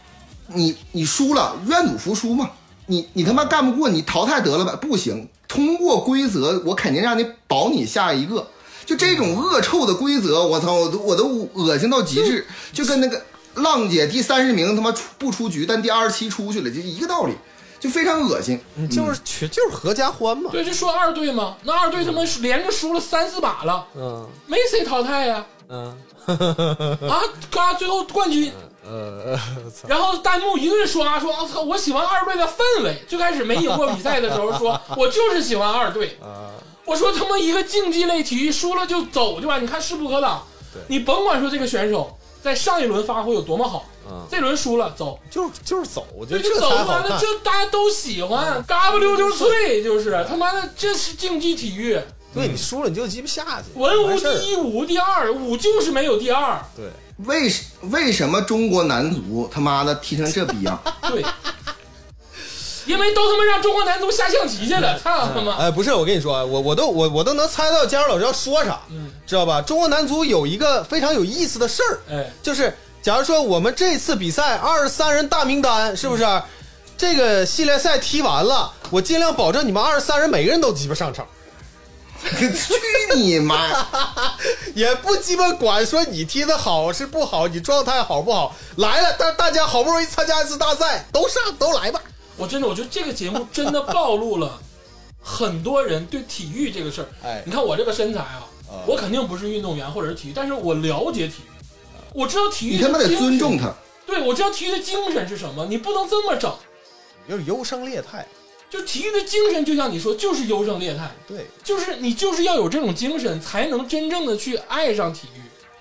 你你输了愿赌服输嘛，你你他妈干不过你淘汰得了呗，不行，通过规则我肯定让你保你下一个。就这种恶臭的规则，我操，我都我都恶心到极致，就跟那个浪姐第三十名他妈出不出局，但第二十七出去了，就一个道理，就非常恶心。嗯就是群就是合家欢嘛。对，就说二队嘛，那二队他妈是连着输了三四把了，嗯没谁淘汰呀、嗯啊，啊，嘎，最后冠军，呃，操然后弹幕一顿刷，说我操，我喜欢二队的氛围。最开始没赢过比赛的时候说， 我就是喜欢二队。啊我说他妈一个竞技类体育输了就走就完，你看势不可挡。你甭管说这个选手在上一轮发挥有多么好，嗯这轮输了走，就是就是走，我觉对，得就这走才好完了，看。嗯这大家都喜欢，嘎巴溜溜脆，就是他妈的，这是竞技体育，对你输了你就鸡巴下去，文无完事儿啊第一，武无第二，武就是没有第二。对，为什为什么中国男足他妈的踢成这逼样？ 对，因为都他妈让中国男足下象棋去了，操他妈！ 哎，不是，我跟你说，我我都我我都能猜到佳儿老师要说啥，知道吧？中国男足有一个非常有意思的事儿，哎，就是假如说我们这次比赛二十三人大名单是不是？这个系列赛踢完了，我尽量保证你们二十三人每个人都鸡巴上场，去你妈！也不鸡巴管说你踢的好是不好，你状态好不好。来了，大大家好不容易参加一次大赛，都上都来吧。我真的，我觉得这个节目真的暴露了很多人对体育这个事儿。哎嗯你看我这个身材啊，我肯定不是运动员或者是体育，但是我了解体育，嗯我知道体育你他妈的得精神尊重。他。对，我知道体育的精神是什么，你不能这么整。有点优胜劣汰，就体育的精神，就像你说，就是优胜劣汰，对，就是你就是要有这种精神，才能真正的去爱上体育。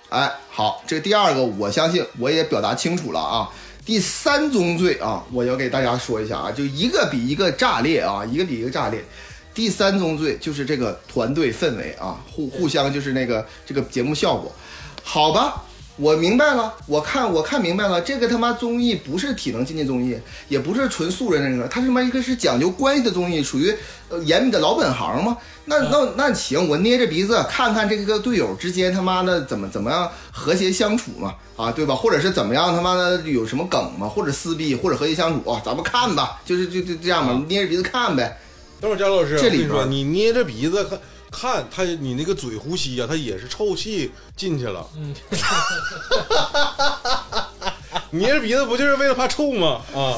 哎，好，这第二个我相信我也表达清楚了啊。第三宗罪啊，我要给大家说一下啊，就一个比一个炸裂啊，一个比一个炸裂。第三宗罪就是这个团队氛围啊，互互相就是那个这个节目效果，好吧。我明白了，我看我看明白了，这个他妈综艺不是体能竞技综艺，也不是纯素人那个，它是他妈一个是讲究关系的综艺，属于呃严密的老本行嘛。那那那行，我捏着鼻子看看这个队友之间他妈的怎么怎么样和谐相处嘛，啊，对吧？或者是怎么样他妈的有什么梗嘛，或者撕逼，或者和谐相处啊，咱们看吧，就是就就这样吧，捏着鼻子看呗。 等会儿，佳老师，啊这我跟里你说，边你捏着鼻子看看他，你那个嘴呼吸啊，他也是臭气进去了。嗯，你 捏着鼻子不就是为了怕臭吗？啊，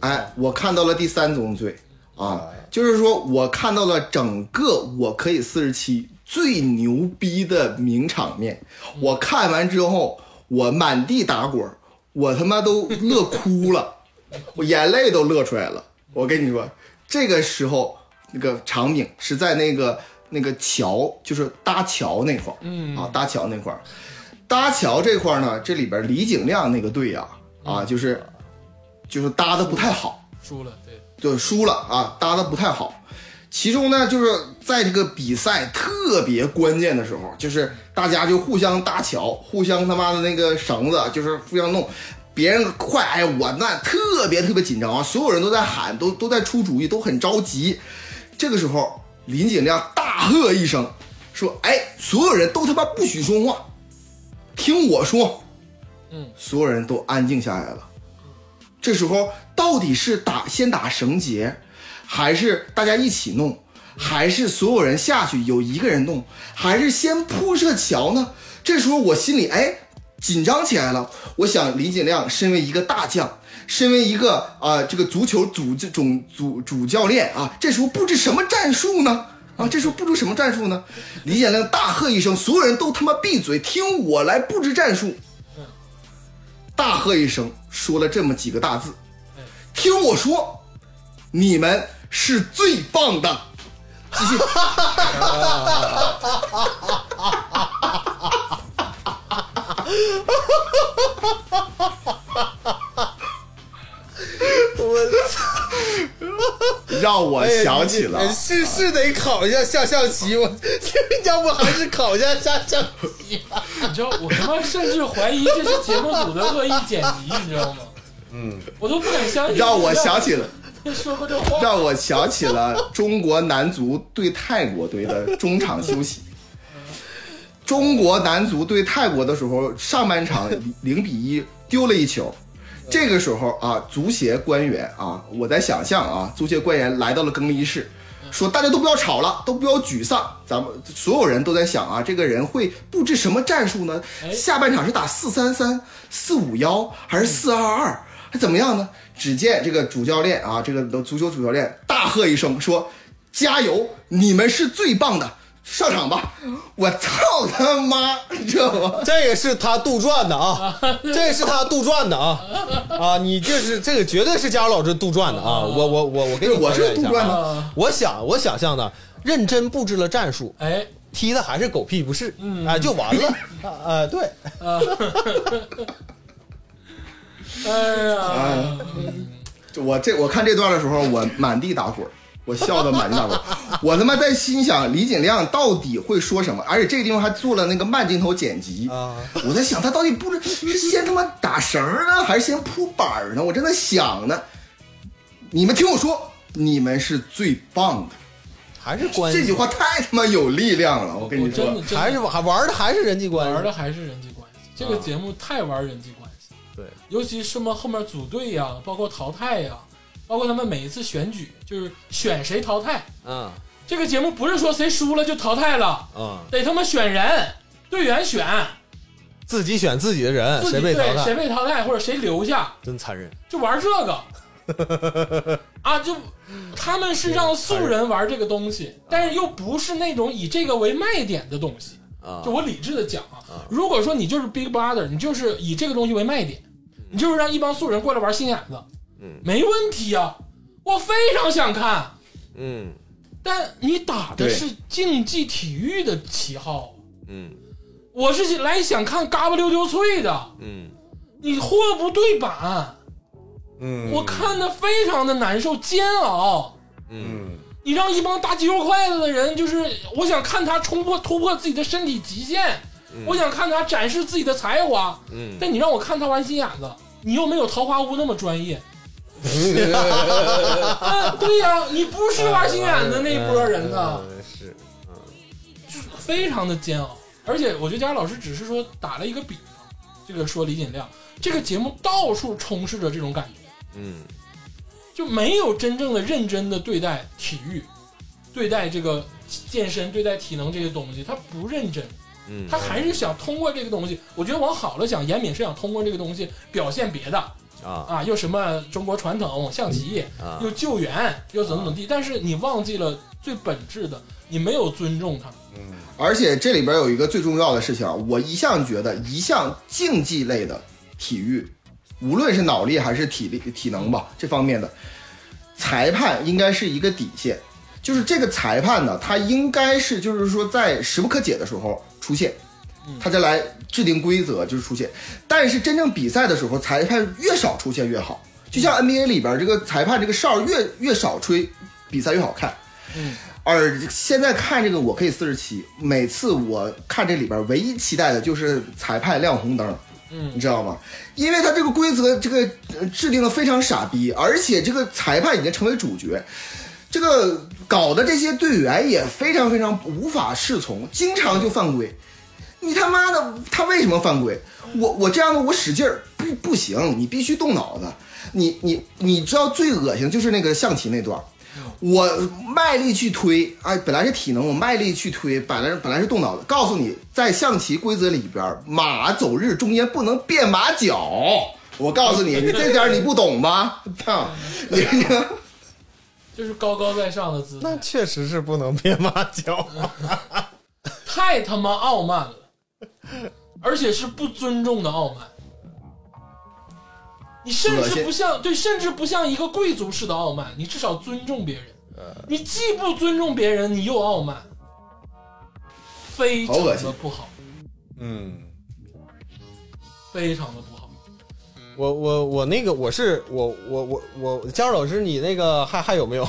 哎，我看到了第三宗罪啊，就是说我看到了整个我可以四十七最牛逼的名场面。我看完之后，我满地打滚儿，我他妈都乐哭了， 我眼泪都乐出来了。我跟你说，这个时候那个场景是在那个那个桥，就是搭桥那块儿，嗯啊，搭桥那块儿，搭桥这块儿呢，这里边李景亮那个队呀、啊，就是就是搭的不太好，输了，对，就输了啊，搭的不太好。其中呢，就是在这个比赛特别关键的时候，就是大家就互相搭桥，互相他妈的那个绳子，就是互相弄。别人快，哎呀，我那特别特别紧张啊！所有人都在喊，都都在出主意，都很着急。这个时候，林景亮大喝一声，说：“哎，所有人都他妈不许说话，听我说。”嗯，所有人都安静下来了。这时候到底是打先打绳结，还是大家一起弄，还是所有人下去有一个人弄，还是先铺设桥呢？这时候我心里哎紧张起来了。我想李景亮身为一个大将，身为一个啊、呃这个足球主这种主主教练啊，这时候布置什么战术呢？啊，这时候布置什么战术呢？李景亮大喝一声，所有人都他妈闭嘴，听我来布置战术。大喝一声，说了这么几个大字哎：“听我说，你们是最棒的。”继续。让哎我想起了，是是得考一下下象棋，我 要不还是考一下下象棋吧。你知道我他妈甚至怀疑这是节目组的恶意剪辑，你知道吗？嗯，我都不敢相信。让我想起了，说过这话，让我想起了中国男足对泰国队的中场休息。中国男足对泰国的时候，上半场零比一丢了一球。这个时候啊，足协官员啊，我在想象啊，足协官员来到了更衣室，说大家都不要吵了，都不要沮丧，咱们所有人都在想啊，这个人会布置什么战术呢？哎下半场是打四三三、四五幺还是四二二，还怎么样呢？只见这个主教练啊，这个足球主教练大喝一声说：“加油，你们是最棒的！”上场吧！我操他妈，你知道吗？ 这个是他杜撰的 啊，这是他杜撰的啊啊！你这是这个绝对是佳茹老师杜撰的啊！我我我我给你对我是还原一下杜撰啊的啊我想我想象的，认真布置了战术，哎，踢的还是狗屁不是，啊就完 了啊啊！对，啊， 哎呀，我这我看这段的时候，我满地打滚儿，我笑得满地打滚儿。我他妈在心想李景亮到底会说什么，而且这个地方还做了那个慢镜头剪辑啊。我在想他到底不是是先他妈打绳儿呢，还是先铺板儿呢？我正在想呢。你们听我说，你们是最棒的。还是关系这句话太他妈有力量了，我跟我你说真的。真还是还玩的还是人际关系玩的还是人际关系。这个节目太玩人际关系，啊对，尤其是嘛后面组队呀，包括淘汰呀，包括他们每一次选举，就是选谁淘汰。嗯这个节目不是说谁输了就淘汰了，嗯，得他妈选人，队员选，自己选自己的人，自己谁被淘对谁汰，被淘汰或者谁留下，真残忍。就玩这个 啊，就他们是让素人玩这个东西，但是又不是那种以这个为卖点的东西。啊就我理智的讲啊，如果说你就是 Big Brother，你就是以这个东西为卖点，你就是让一帮素人过来玩心眼子，嗯，没问题啊，我非常想看。嗯但你打的对是竞技体育的旗号，嗯我是来想看嘎巴溜溜脆的，嗯你货不对版，嗯，我看的非常的难受，煎熬。嗯，你让一帮打肌肉筷子的人，就是我想看他冲破突破自己的身体极限，我想看他展示自己的才华。嗯，但你让我看他玩心眼子，你又没有桃花坞那么专 业。啊，对呀、你不是玩心眼子那一波人呐，嗯是就是非常的煎熬。而且我觉得佳老师只是说打了一个比方，这个说李锦亮这个节目到处充斥着这种感觉，嗯就没有真正的认真的对待体育，对待这个健身、对待体能这些东西，他不认真，嗯他还是想通过这个东西。我觉得往好了想，严敏是想通过这个东西表现别的啊啊，又什么中国传统象棋，啊又救援，又怎么怎么地。但是你忘记了最本质的，你没有尊重他。而且这里边有一个最重要的事情啊，我一向觉得，一项竞技类的体育，无论是脑力还是体力、体能吧，这方面的裁判应该是一个底线。就是这个裁判呢，他应该是就是说在时不可解的时候出现，他再来制定规则就是出现。但是真正比赛的时候，裁判越少出现越好。就像 NBA 里边这个裁判这个哨越越少吹，比赛越好看。而现在看这个，我可以四十七。每次我看这里边，唯一期待的就是裁判亮红灯，嗯，你知道吗？因为他这个规则这个呃制定的非常傻逼，而且这个裁判已经成为主角，这个搞得这些队员也非常非常无法适从，经常就犯规。你他妈的，他为什么犯规？我我这样的我使劲儿不不行，你必须动脑子。你你你知道最恶心的就是那个象棋那段儿，我卖力去推，哎，本来是体能，我卖力去推，本来本来是动脑子。告诉你，在象棋规则里边儿，马走日中间不能变马脚。我告诉你，你这点儿你不懂吧？操，你就是高高在上的姿那态，确实是不能变马脚，太他妈傲慢了，而且是不尊重的傲慢。你甚恶至心不像对，甚至不像一个贵族式的傲慢，你至少尊重别人。你既不尊重别人，你又傲慢，非常好恶的心不好，嗯，非常的不好。我我我那个我是我我我我佳老师，你那个还还有没有？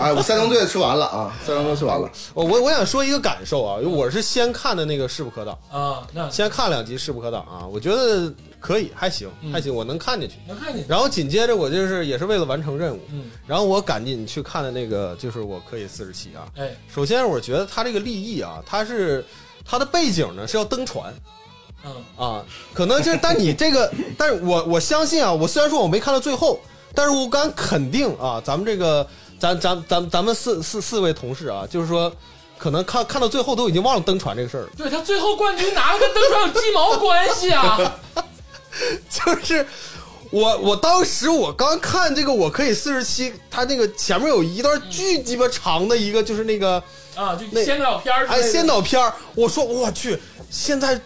哎，我三中队吃完了啊，三中队吃完了。我我我想说一个感受啊，我是先看的那个《势不可挡啊，那》，先看两集《势不可挡》啊，我觉得可以，还行嗯还行，我能看进去。能看见，然后紧接着我就是也是为了完成任务，嗯，然后我赶紧去看的那个就是我可以四十七啊。哎，首先我觉得他这个立意啊，他是他的背景呢是要登船嗯，啊，可能就是但你这个， 但是我我相信啊，我虽然说我没看到最后，但是我敢肯定啊，咱们这个咱咱咱咱们四四四位同事啊，就是说可能看看到最后都已经忘了登船这个事儿了。 对他最后冠军拿了跟登船有鸡毛关系啊？就是我我当时我刚看这个，我可以四十七，他那个前面有一段巨鸡巴长的一个，就是那个啊，就那先导片儿之类哎的，先导片儿我说我去，现在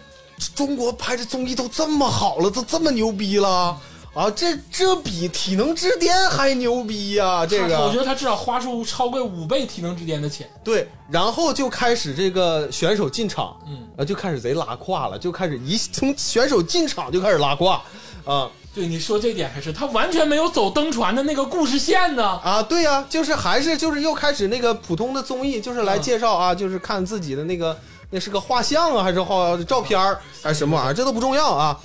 中国拍的综艺都这么好了，都这么牛逼了。啊，这这比《体能之巅》还牛逼呀、这他我觉个得他至少花出超过五倍体能之巅的钱。对，然后就开始这个选手进场，嗯，啊，就开始贼拉胯了，就开始一从选手进场就开始拉胯，啊，对，你说这点还是他完全没有走登船的那个故事线呢。啊，对呀、就是还是就是又开始那个普通的综艺，就是来介绍啊，就是看自己的那个那是个画像啊，还是画照片儿还是什么玩意儿，这都不重要啊。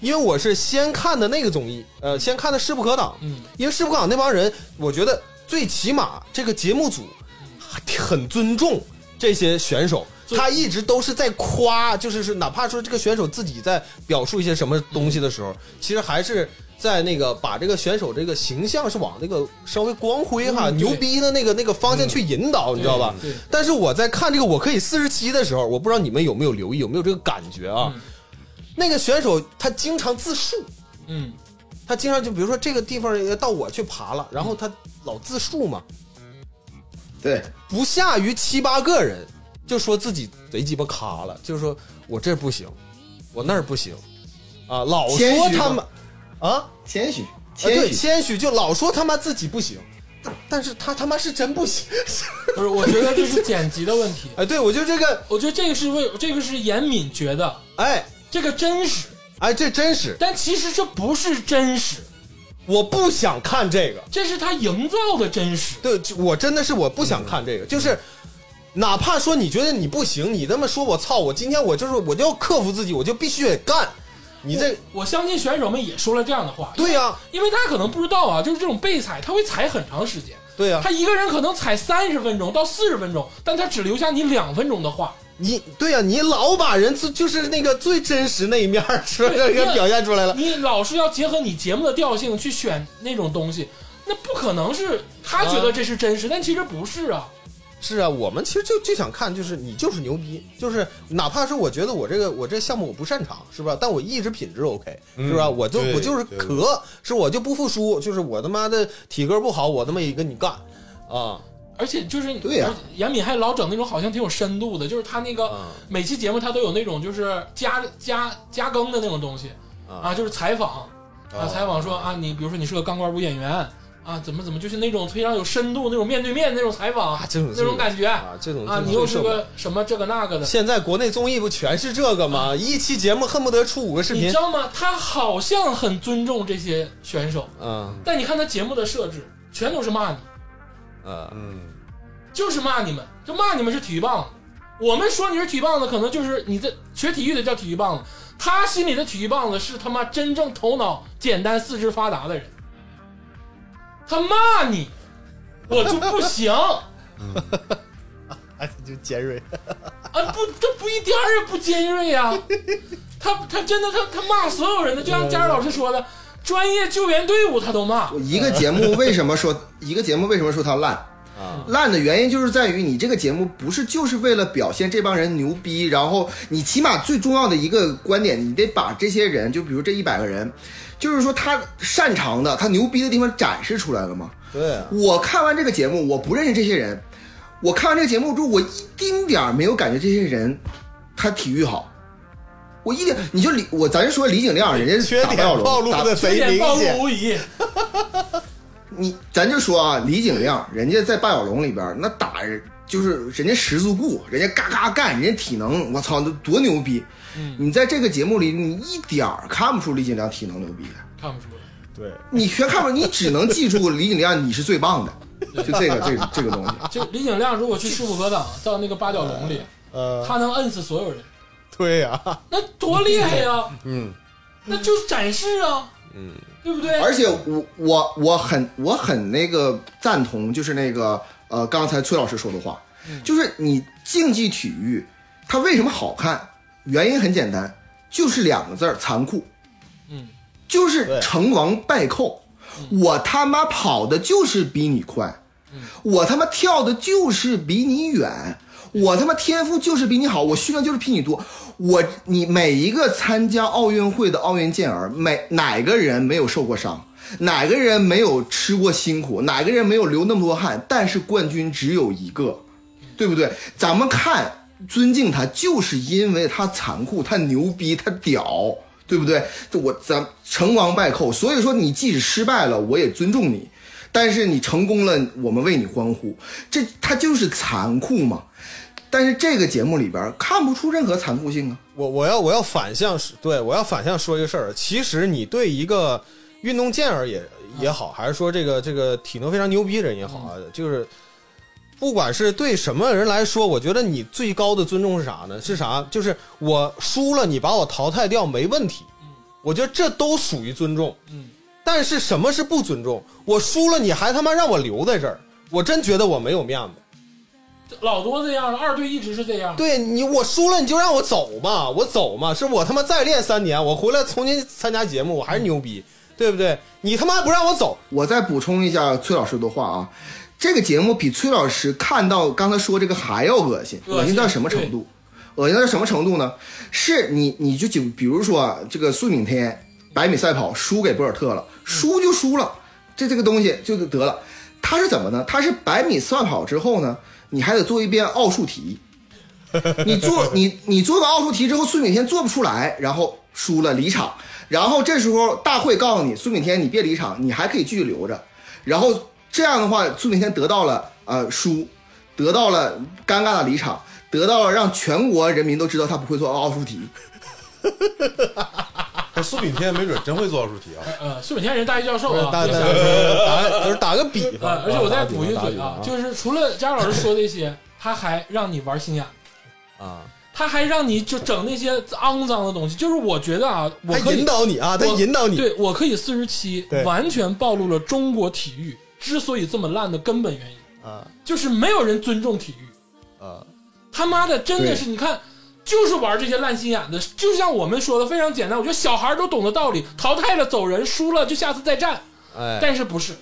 因为我是先看的那个综艺，呃，先看的《势不可挡》，嗯，因为《势不可挡》那帮人，我觉得最起码这个节目组很尊重这些选手。就他一直都是在夸，就是是哪怕说这个选手自己在表述一些什么东西的时候，其实还是在那个把这个选手这个形象是往那个稍微光辉哈、嗯对嗯牛逼的那个那个方向去引导，你知道吧？对，但是我在看这个《我可以四十七》的时候，我不知道你们有没有留意，有没有这个感觉啊？嗯那个选手他经常自述，嗯他经常就比如说这个地方呃到我去爬了，然后他老自述嘛，对，不下于七八个人，就说自己贼鸡巴卡了，就说我这不行，我那儿不行，啊，老谦说虚他嘛们，啊，谦虚，啊对，谦谦虚。虚就老说他妈自己不行，但但是他他妈是真不行，。不是，我觉得这是剪辑的问题哎，对我就这个，我觉得这个是为这个是严敏觉得哎这个真实，哎，这真是但其实这不是真实，我不想看这个，这是他营造的真实。对就我真的是我不想看这个，就是。哪怕说你觉得你不行，你这么说，我操！我今天我就是我就要克服自己，我就必须得干。你这我相信选手们也说了这样的话，对呀、因为他可能不知道啊，就是这种被踩，他会踩很长时间，对呀、他一个人可能踩三十分钟到四十分钟，但他只留下你两分钟的话，你对呀、你老把人自就是那个最真实那一面儿说对给那表现出 来了。你老是要结合你节目的调性去选那种东西，那不可能是他觉得这是真实，但其实不是啊。是啊，我们其实就就想看，就是你就是牛逼，就是哪怕是我觉得我这个我这项目我不擅长，是吧？但我意志品质 OK，嗯是吧？我就对我就是咳，是我就不服输，就是我他妈的体格不好，我他妈也跟你干啊而且就是对呀而且严敏还老整那种好像挺有深度的，就是他那个啊每期节目他都有那种就是加加加更的那种东西啊哦啊，就是采访啊，采访说啊，你比如说你是个钢管舞演员，啊，怎么怎么就是那种非常有深度、那种面对面那种采访啊，这种那种感觉啊啊，这种你又是是个什么这个那个的，现在国内综艺不全是这个吗？一期节目恨不得出五个视你频知，道吗？他好像很尊重这些选手，嗯但你看他节目的设置，全都是骂你，嗯嗯，就是骂你们，就骂你们是体育棒子。我们说你是体育棒子，可能就是你这学体育的叫体育棒子，他心里的体育棒子是他妈真正头脑简单、四肢发达的人。他骂你，我就不行啊！哎，就尖锐，不，这不一点儿也不尖锐呀、他他真的他他骂所有人的，就像佳儿老师说的，专业救援队伍他都骂。嗯我一个节目为什么说一个节目为什么说它烂啊？烂的原因就是在于你这个节目不是就是为了表现这帮人牛逼，然后你起码最重要的一个观点，你得把这些人，就比如这一百个人，就是说他擅长的、他牛逼的地方展示出来了吗？对啊，我看完这个节目，我不认识这些人。我看完这个节目之后，我一丁点儿没有感觉这些人他体育好。我一点，你就李我咱说李景亮，人家是缺打点败奥龙暴露打的缺贼点暴明露显，无遗，你咱就说啊，李景亮，人家在《霸小龙》里边那打人就是人家十字固，人家嘎嘎干，人家体能，我操，那多牛逼！你在这个节目里，你一点儿看不出李景亮体能牛逼来，看不出来。对，你全看不出，你只能记住李景亮你是最棒的，就这个这个这个东西。就李景亮如果去势不可挡，到那个八角笼里，呃，他能摁死所有人，对 呀，那多厉害呀、嗯，那就展示啊，嗯，对不对？而且我我我很我很那个赞同，就是那个呃，刚才崔老师说的话，嗯就是你竞技体育它为什么好看？原因很简单，就是两个字儿残酷，嗯，就是对成王败寇。我他妈跑的就是比你快，我他妈跳的就是比你远，我他妈天赋就是比你好，我训练就是比你多。我你每一个参加奥运会的奥运健儿，每哪个人没有受过伤？哪个人没有吃过辛苦？哪个人没有流那么多汗？但是冠军只有一个，对不对？咱们看尊敬他，就是因为他残酷，他牛逼，他屌，对不对？这我咱成王败寇，所以说你即使失败了，我也尊重你。但是你成功了，我们为你欢呼，这他就是残酷嘛。但是这个节目里边看不出任何残酷性啊。我我要我要反向说，对我要反向说一个事儿，其实你对一个运动健儿也也好，还是说这个这个体能非常牛逼的人也好啊，就是不管是对什么人来说，我觉得你最高的尊重是啥呢？是啥？就是我输了，你把我淘汰掉没问题，我觉得这都属于尊重。嗯，但是什么是不尊重？我输了，你还他妈让我留在这儿，我真觉得我没有面子。老多这样了，二队一直是这 样。对你，我输了你就让我走嘛，我走嘛，是我他妈再练三年，我回来重新参加节目，我还是牛逼，对不对？你他妈不让我走，我再补充一下崔老师的话啊，这个节目比崔老师看到刚才说这个还要恶心，恶心恶心到什么程度？恶心到什么程度呢？是你你就就比如说啊，这个苏炳添百米赛跑输给博尔特了，嗯输就输了，这这个东西就得了。他是怎么呢？他是百米赛跑之后呢，你还得做一遍奥数题。你做你你做个奥数题之后，苏炳添做不出来，然后输了离场。然后这时候大会告诉你，苏炳添你别离场，你还可以继续留着。然后这样的话，苏炳添得到了呃输，得到了尴尬的离场，得到了让全国人民都知道他不会做奥数题。那苏炳添没准真会做奥数题啊，呃，苏炳添人大一教授不是啊，打打别打瞎说打就是打个比 方呃，，而且我再补一打个嘴比啊方，就是除了佳老师说这些，他还让你玩心眼，啊，他还让你就整那些肮脏的东西。就是我觉得啊，我他可引以，导你啊，他我引导你，对我可以四十七对，完全暴露了中国体育之所以这么烂的根本原因，啊就是没有人尊重体育。啊，他妈的，真的是你看，就是玩这些烂心眼的，就像我们说的非常简单，我觉得小孩都懂得道理，淘汰了走人，输了就下次再战，哎，但是不是，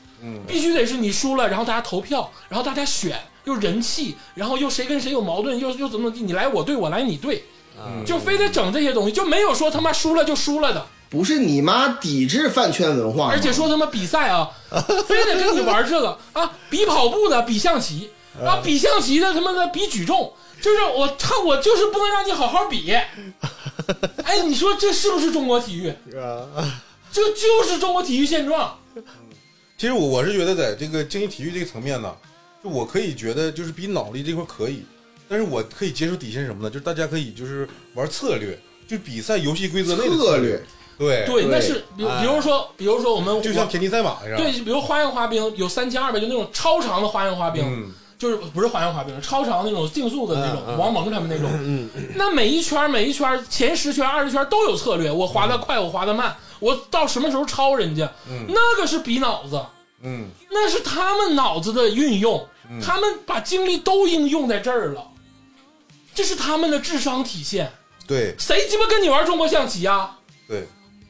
必须得是你输了，然后大家投票，然后大家选，又人气，然后又谁跟谁有矛盾，又又怎么怎么地，你来我队，我来你队，就非得整这些东西，就没有说他妈输了就输了的，不是你妈抵制饭圈文化吗，而且说他妈比赛啊，非得跟你玩这个啊，比跑步的，比象棋啊，比象棋的他妈的比举重，就是我操，我就是不能让你好好比。哎，你说这是不是中国体育？啊这就是中国体育现状。其实我我是觉得在这个竞技体育这个层面呢，就我可以觉得就是比脑力这块可以，但是我可以接受底线是什么呢？就是大家可以就是玩策略，就比赛游戏规则内的策略略。对哎对，对那是比如比如说，比如说我们就像田忌赛马一样。对，比如花样滑冰有三千二百，就那种超长的花样滑冰，嗯，就是不是花样滑冰，超长那种竞速的那种，嗯嗯王蒙他们那种。嗯， 那每一圈每一圈前十圈二十圈都有策略，我滑得快，我滑得慢，我到什么时候超人家，嗯那个是比脑子，嗯那是他们脑子的运用，嗯他们把精力都应用在这儿了，这是他们的智商体现。对谁鸡巴跟你玩中国象棋啊？对，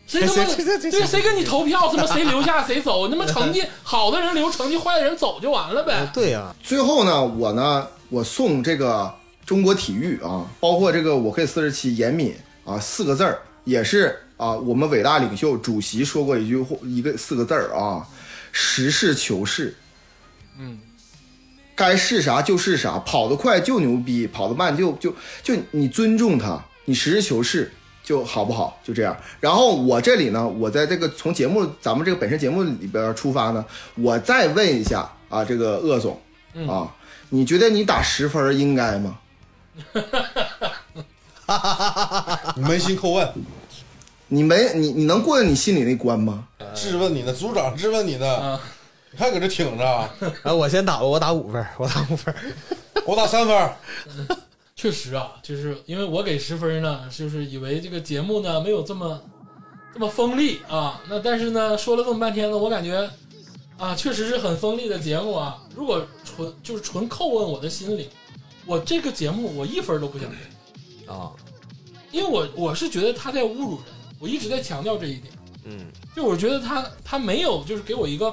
谁他妈哎谁谁谁哎对谁跟你投票，他妈谁留 下谁走，他妈成绩好的人留，成绩坏的人走就完了呗。啊对呀，最后呢，我呢，我送这个中国体育啊，包括这个我可以四十七严敏啊，四个字儿也是啊，我们伟大领袖主席说过一句话，一个四个字儿啊，实事求是。嗯，该是啥就是啥，跑得快就牛逼，跑得慢就就就你尊重他，你实事求是就好不好？就这样。然后我这里呢，我在这个从节目咱们这个本身节目里边出发呢，我再问一下啊，这个鄂总嗯啊，你觉得你打十分儿应该吗？你扪心叩问，你没你你能过你心里那关吗？质问你呢，组长质问你呢，啊，你还搁这挺着，啊，我先打吧，我打五分，我打五分，我打三分，确实啊，就是因为我给十分呢，就是以为这个节目呢没有这么这么锋利啊。那但是呢，说了这么半天呢，我感觉啊，确实是很锋利的节目啊。如果纯就是纯叩问我的心灵，我这个节目我一分都不想给。啊，因为我我是觉得他在侮辱人，我一直在强调这一点。嗯，就我觉得他他没有就是给我一个，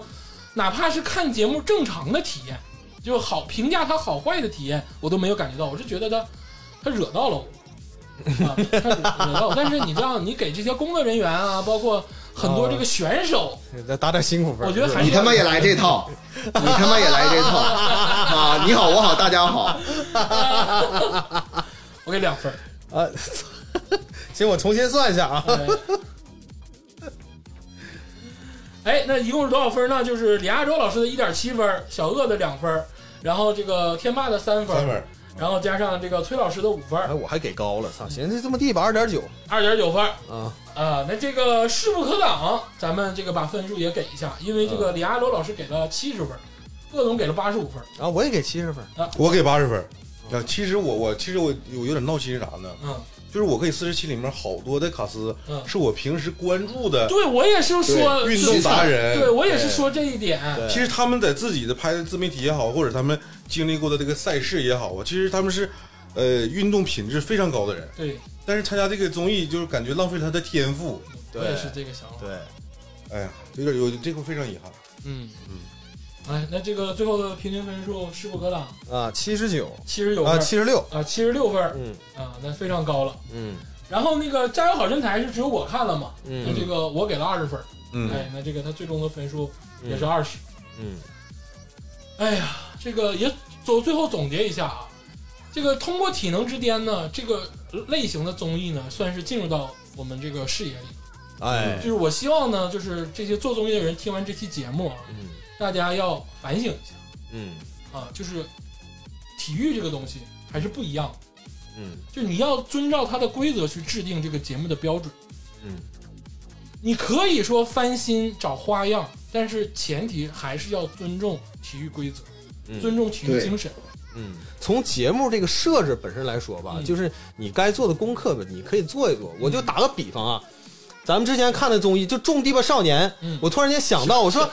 哪怕是看节目正常的体验，就好评价他好坏的体验，我都没有感觉到。我是觉得他他惹到了我，啊，他惹惹到我。但是你知道，你给这些工作人员啊，包括很多这个选手，再打点辛苦分，我觉得还你是他妈也来这 套，你他妈也来这套啊！你好，我好，大家好，我给两分儿。啊， 行，我重新算一下啊， 哎，那一共是多少分呢？就是李亚洲老师的一点七分，小鳄的两分，然后这个天霸的三分，三分，然后加上这个崔老师的五分哎，，我还给高了，操，行，就这么地吧，二点九二点九分儿啊，啊。那这个势不可挡，咱们这个把分数也给一下，因为这个李亚洲老师给了七十分，鄂总给了八十五分。啊，我也给七十分，我给八十分。啊，其实我我其实我我有点闹心是啥呢？嗯，就是我可以四十七里面好多的卡司嗯是我平时关注的对我也是说运动达，人，对我也是说这一点。对其实他们在自己的拍的自媒体也好，或者他们经历过的这个赛事也好啊，其实他们是，呃，运动品质非常高的人。对，但是参加这个综艺，就是感觉浪费了他的天赋。我也是这个想法。对，哎呀，有点有这个非常遗憾。嗯嗯。哎，那这个最后的平均分数势不可挡，啊，七十九七十九分啊，七十六，啊，七十六分儿嗯啊，那非常高了。嗯然后那个《加油好身材》是只有我看了嘛，那嗯这个我给了二十分儿，嗯，哎，那这个他最终的分数也是二十。嗯，哎呀，这个也走最后总结一下啊，这个通过《体能之巅》呢，这个类型的综艺呢，算是进入到我们这个视野里。哎就，是我希望呢，就是这些做综艺的人听完这期节目啊，嗯大家要反省一下嗯啊，就是体育这个东西还是不一样的。嗯就你要遵照它的规则去制定这个节目的标准。嗯，你可以说翻新找花样，但是前提还是要尊重体育规则，嗯尊重体育精神。嗯，从节目这个设置本身来说吧，嗯就是你该做的功课吧，你可以做一做。我就打个比方啊，咱们之前看的综艺就《种地吧少年》嗯我突然间想到，我说，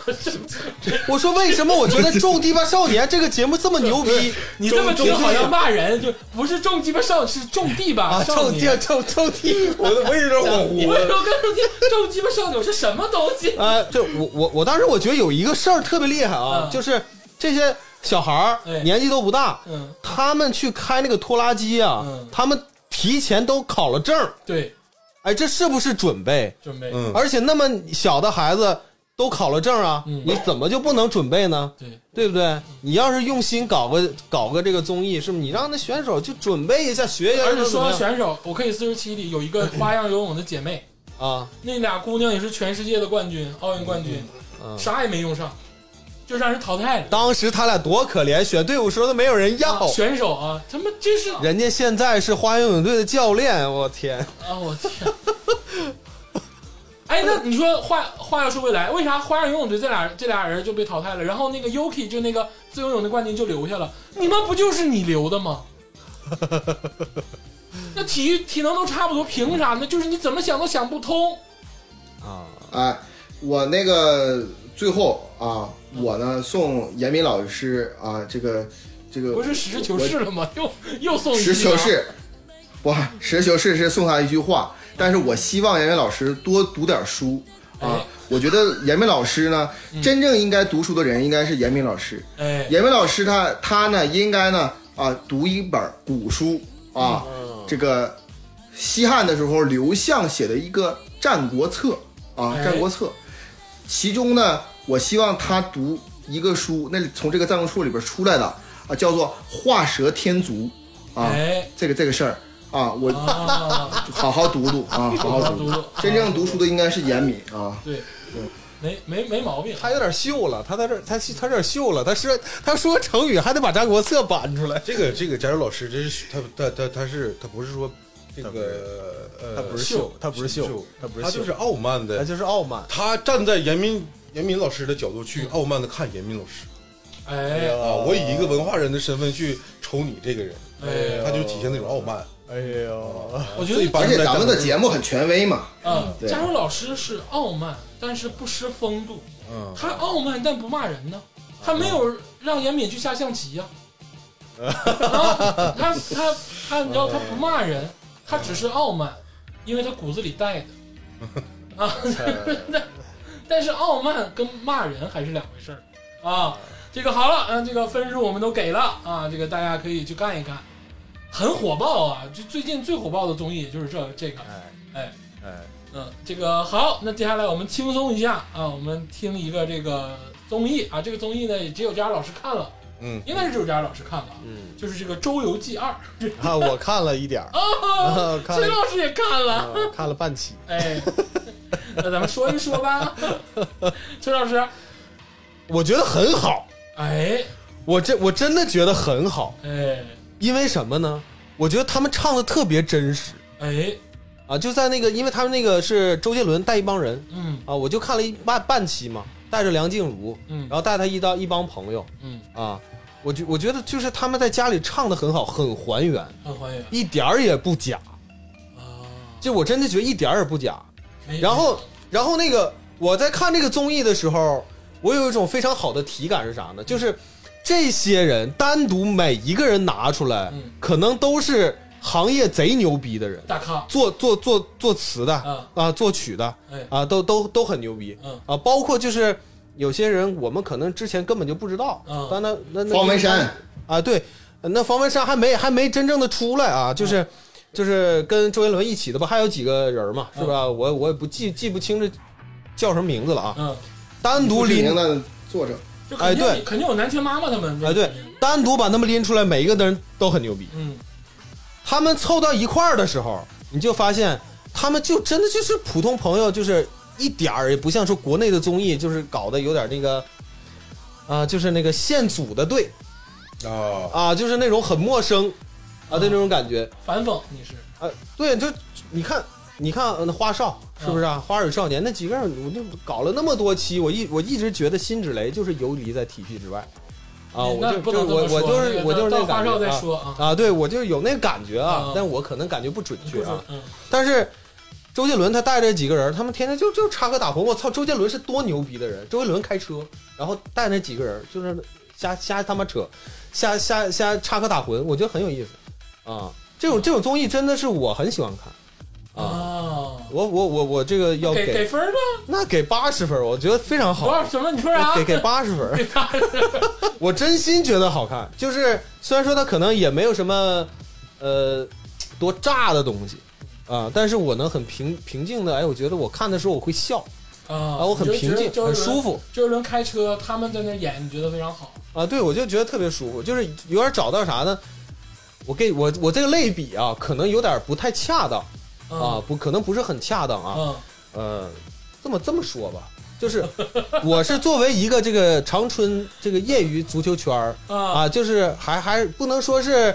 我说为什么我觉得《种地吧少年》这个节目这么牛逼？你这么种听好像种地骂人，就不是种鸡巴少，是种地吧啊，少种地年。种种地。 我我也有点恍你为什惚。么跟种地种鸡巴少女是什么东西？啊，就我我我当时我觉得有一个事儿特别厉害啊，嗯就是这些小孩儿、哎年纪都不大，嗯，他们去开那个拖拉机啊，嗯他们提前都考了证儿，对，哎，这是不是准备？准备，嗯，而且那么小的孩子都考了证啊，嗯你怎么就不能准备呢？对，对不对？你要是用心搞个搞个这个综艺，是不是？你让那选手去准备一下，学一下而又且怎说么到样，选手，我可以四十七里有一个花样游泳的姐妹，啊，那俩姑娘也是全世界的冠军，奥运冠军，嗯啥也没用上，就让人淘汰了。当时他俩多可怜，选队伍时候都没有人要。选手啊，他妈这是人家现在是花样游泳队的教练，我天！啊，我天！ 哎，那你说话话又说回来，为啥花样游泳队这俩这俩人就被淘汰了？然后那个 Yuki 就那个自由泳的冠军就留下了，你们不就是你留的 吗？那体育体能都差不多，凭啥呢？就是你怎么想都想不通。啊，哎，我那个最后啊，我呢送严敏老师啊，这个这个不是实事求是了吗？又又送一实事句求啊，是，不，实事求是是送他一句话，但是我希望严明老师多读点书啊哎。嗯我觉得严明老师呢，真正应该读书的人应该是严明老师。哎，严明老师他他呢，应该呢啊读一本古书啊，嗯这个西汉的时候刘向写的一个《战国策》啊，哎《战国策》，其中呢，我希望他读一个书，那里从这个《战国策》里边出来的啊，叫做《画蛇添足》啊，哎，这个这个事儿啊，我啊，好好读读 啊，好好读读读真正读书的应该是严敏啊，对，没没没毛病。他有点秀了，他在这儿他他有点秀了，他说他说成语还得把《战国策》搬出来。这个这个贾柔老师，这是他他他他是他不是说这个呃，他不是秀秀，他不是秀，他不是他秀就是，傲慢他的，就是傲慢。他站在严明严明老师的角度去傲慢的看严明老师哎啊，我以一个文化人的身份去瞅你这个人，哎他就体现那种傲慢。哎呦，我觉所以得把而且咱们的咱们节目很权威嘛，嗯，对加入老师是傲慢，但是不失风度。嗯，他傲慢但不骂人呢，他没有让严敏去下象棋呀、啊。他他他，你知道他不骂人，他只是傲慢，因为他骨子里带的啊。但是傲慢跟骂人还是两回事儿啊。这个好了，嗯，这个分数我们都给了啊，这个大家可以去看一看，很火爆啊！就最近最火爆的综艺就是这这个，哎哎，哎，嗯，这个好，那接下来我们轻松一下啊，我们听一个这个综艺啊，这个综艺呢也只有佳儿老师看了，嗯，应该是只有佳儿老师看了，嗯，就是这个《周游记二 啊，我看了一点儿，》啊，啊看崔了老师也看了，啊看了半期。 哎，那咱们说一说吧，崔老师，我觉得很好，哎我这我真的觉得很好，哎因为什么呢？我觉得他们唱的特别真实哎，啊，就在那个，因为他们那个是周杰伦带一帮人嗯啊，我就看了一半半期嘛，带着梁静茹，嗯然后带他一到一帮朋友嗯，啊，我觉我觉得就是他们在家里唱的很好，很还原，很还原一点儿也不假，啊，就我真的觉得一点儿也不假。没然后，然后那个我在看这个综艺的时候，我有一种非常好的体感是啥呢？就是这些人单独每一个人拿出来嗯，可能都是行业贼牛逼的人，大咖，做做做做词的啊啊，作曲的哎啊，都都都很牛逼嗯啊，包括就是。有些人我们可能之前根本就不知道，嗯但那那那方文山啊，对，那方文山还没还没真正的出来啊，就是、就是跟周杰伦一起的吧，还有几个人嘛，是吧？我我也不记记不清这叫什么名字了啊。嗯，单独李拎宁的作者，就肯定哎对肯定有南拳妈妈他们，啊，对，单独把他们拎出来，每一个人都很牛逼。嗯他们凑到一块儿的时候，你就发现他们就真的就是普通朋友，就是一点儿也不像说国内的综艺就是搞得有点那个。啊，就是那个现组的队啊，啊，就是那种很陌生啊的那种感觉。反讽你是，呃，对，就你看，你看呃那花少嗯是不是啊？花儿与少年那几个人，我就搞了那么多期，我一我一直觉得辛芷蕾就是游离在体系之外啊，我那就不就是能这么我我说就那是个我就是那到个发感烧觉再啊说啊，啊，对我就是有那个感觉啊啊，但我可能感觉不准确啊。嗯但是周杰伦他带着几个人，他们天天就就插科打诨，我操，周杰伦是多牛逼的人！周杰伦开车，然后带那几个人就是瞎瞎他妈扯，瞎瞎瞎插科打诨，我觉得很有意思啊。这种这种综艺真的是我很喜欢看啊。啊，我我我我这个要给给分儿吧，那给八十分，我觉得非常多好，少什么？你说啥？给给八十分，给八十我真心觉得好看。就是虽然说它可能也没有什么呃多炸的东西啊，但是我能很平平静的，哎，我觉得我看的时候我 会笑。啊 啊，我很平静，很舒。服周杰伦开车，他们在那儿演，你觉得非常好。啊，对我就觉得特别舒服，就是有点找到啥呢？我给我我这个类比啊，可能有点不太恰当啊，不可能不是很恰当啊，嗯呃，这么这么说吧，就是我是作为一个这个长春这个业余足球圈儿啊啊，就是还还不能说是。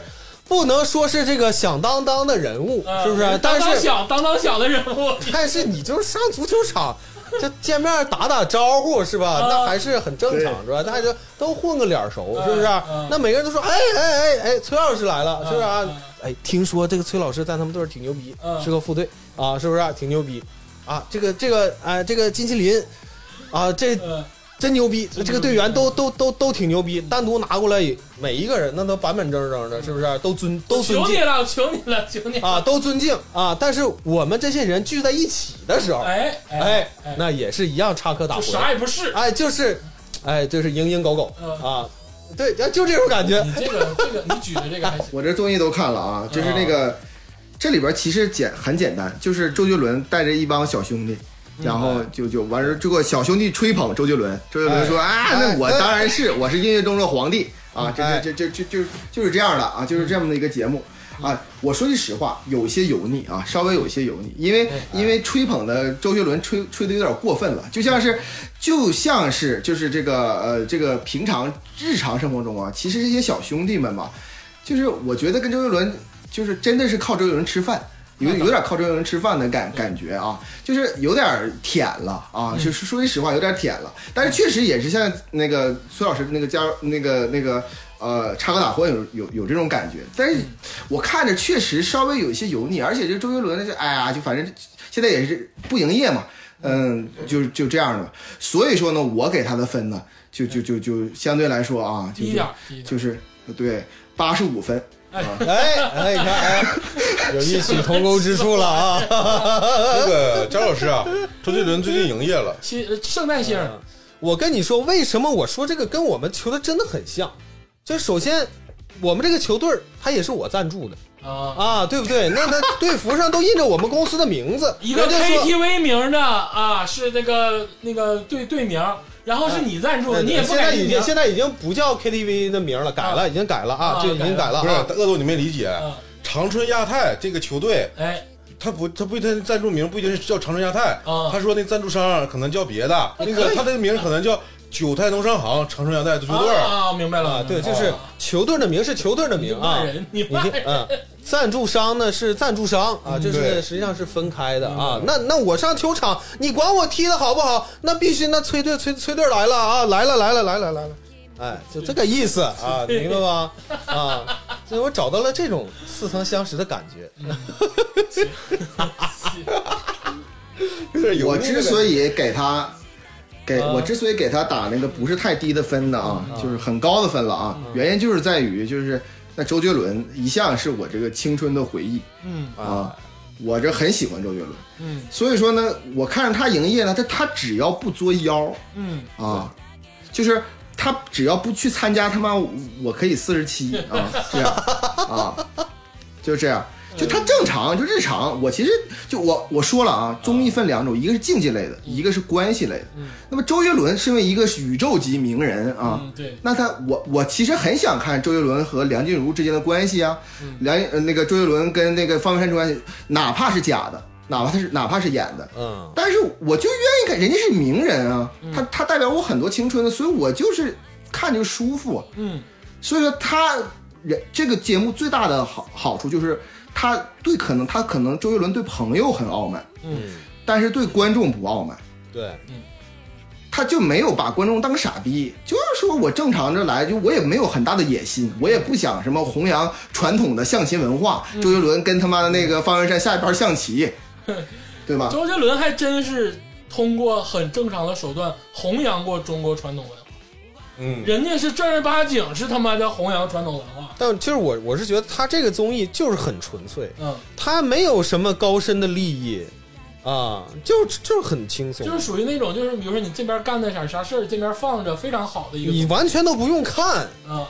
不能说是这个响当当的人物，啊是不是？当但当是响，当当响的人物，但是你就是上足球场，这见面打打招呼是吧啊？那还是很正常是吧？大家就都混个脸熟哎是不是嗯？那每个人都说哎哎哎哎，崔老师来了是不是啊嗯？哎，听说这个崔老师在他们队儿挺牛逼嗯，是个副队啊，是不是啊？挺牛逼啊？这个这个哎，这个金麒麟啊，这嗯真牛逼！这个队员都都都都挺牛逼，单独拿过来每一个人那都板板正正的，是不是啊？都尊 都尊求敬你。了，求你了，求你了，啊，都尊敬啊，但是我们这些人聚在一起的时候，哎哎哎，，那也是一样插科打就诨，啥也不是，哎，就是，哎，就是蝇营狗苟嗯啊，对，就这种感觉你这个这个你举的这个还 行，我这综艺都看了啊，就是那哦个、这里边其实简很简单，就是周杰伦带着一帮小兄弟。嗯然后就就完事儿，结果小兄弟吹捧周杰伦，周杰伦说啊，哎那我哎当然是我是音乐中的皇帝啊，这哎这这这这就就是这样的啊，就是这么的一个节目嗯啊。我说句实话，有些油腻啊，稍微有些油腻，因为因为吹捧的周杰伦吹吹的有点过分了，就像是就像是就是这个呃这个平常日常生活中啊，其实这些小兄弟们吧，就是我觉得跟周杰伦就是真的是靠周杰伦吃饭，有有点靠周杰伦吃饭的感感觉啊，就是有点舔了啊，就是说句实话，有点舔了。但是确实也是像那个崔老师那个加那个那个呃插科打诨有有有这种感觉，但是我看着确实稍微有一些油腻，而且这周杰伦就哎呀，就反正现在也是不营业嘛。嗯，就就这样的，所以说呢，我给他的分呢，就就就就相对来说啊，就低一点，低一点，就是对八十五分，哎哎，你看哎，有异曲同工之处了啊！ 那个张老师啊， 周杰伦最近营业了，其呃圣诞星，我跟你说，为什么我说这个跟我们球队真的很像？就首先，我们这个球队儿它也是我赞助的啊，啊，对不对？那那队服上都印着我们公司的名字， 一个人家说 KTV 名的啊，是那个那个队队名，然后是你赞助的，你也不哎现在改你已名经，现在已经不叫 KTV 的名了，改了，已经改了啊啊，这已经改了不是啊。恶斗你没理解，啊长春亚泰这个球队，哎，他不他不他的赞助名不一定是叫长春亚泰啊，他说那赞助商可能叫别的，那个他的名可能叫九泰农商行长春亚泰足球队。啊，明白了，啊，对，明白就了是球队的名是球队的名啊骂，人，你你骂看人，嗯，赞助商呢是赞助商啊，这对是实际上是分开的啊。那那我上球场，你管我踢的好不好？那必须，那崔队崔崔队来了啊，来了来了来了来了，哎，就这个意思啊，你明白吗？啊，所以我找到了这种似曾相识的感觉。有点油我腻的之感觉所以给他给、啊我之所以给他打那个不是太低的分的啊，就是很高的分了啊，原因就是在于就是那周杰伦一向是我这个青春的回忆，嗯啊，我这很喜欢周杰伦，嗯所以说呢，我看着他营业呢，他他只要不作妖嗯，啊，就是。他只要不去参加他妈，我可以四 十七啊，这样啊，就这样，就嗯他正常，就日常。我其实就我我说了啊，综艺分两种，一个是竞技类嗯的，一个是关系类的。那么周杰伦身为一个宇宙级名人啊，嗯对，那他我我其实很想看周杰伦和梁静茹之间的关系啊，嗯梁呃那个周杰伦跟那个方文山之间的关系，哪怕是假的，哪怕他是哪怕是演的，嗯，但是我就愿意看，人家是名人啊，嗯他他代表我很多青春的，所以我就是看就舒服。啊嗯，所以说他人这个节目最大的好好处就是他对可能他可能周杰伦对朋友很傲慢，嗯，但是对观众不傲慢。对，他就没有把观众当傻逼，就是说我正常着来，就我也没有很大的野心，我也不想什么弘扬传统的象棋文化。周杰伦跟他妈的那个方文山下一盘象棋，对吧？周杰伦还真是通过很正常的手段弘扬过中国传统文化，嗯，人家是正儿八经是他妈的弘扬传统文化，但就是我我是觉得他这个综艺就是很纯粹，嗯，他没有什么高深的利益啊，就就是很轻松，就是属于那种就是比如说你这边干的啥啥事儿，这边放着非常好的一个你完全都不用看，啊，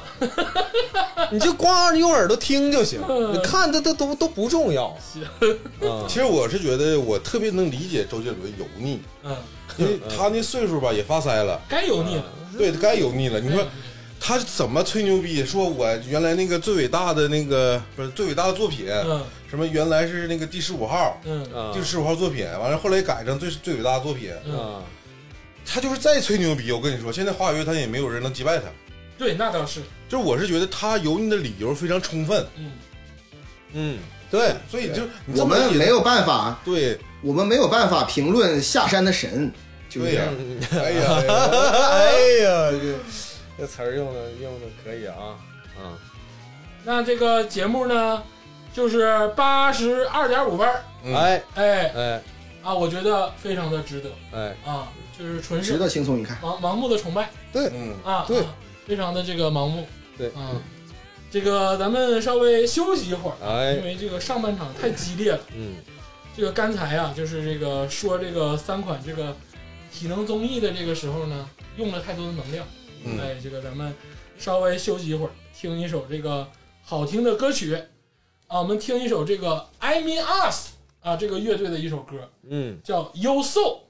你就光用耳朵听就行，嗯你看都都都都不重要。啊 其实我是觉得我特别能理解周杰伦油腻，嗯，因为他那岁数吧也发腮了，该油腻了，对，该油腻了。你说他怎么吹牛逼？说我原来那个最伟大的那个不是最伟大的作品，嗯什么原来是那个第十五号，嗯啊第十五号作品，完了后来改成最最伟大的作品，嗯，啊！他就是再吹牛逼，我跟你说，现在华语乐坛也没有人能击败他。对，那倒是，就是我是觉得他油腻的理由非常充分，嗯，嗯， 对，所以就你这我么们理解没有办法对，我们没有办法评论下山的神，就是对这样。、呀哎呀，哎呀哎呀，这这词儿用的用的可以啊，啊，那这个节目呢，就是八十二点五分儿，嗯哎哎哎啊，我觉得非常的值得哎，啊，就是纯值是得轻松一看。盲盲目的崇拜嗯，啊，对啊非常的这个盲目，对啊，这个咱们稍微休息一会儿，因哎，为这个上半场太激烈了。嗯这个刚才啊，就是这个说这个三款这个体能综艺的这个时候呢，用了太多的能量。嗯哎，这个咱们稍微休息一会儿，听一首这个好听的歌曲啊，我们听一首这个 I Mean Us 啊这个乐队的一首歌，嗯叫 You So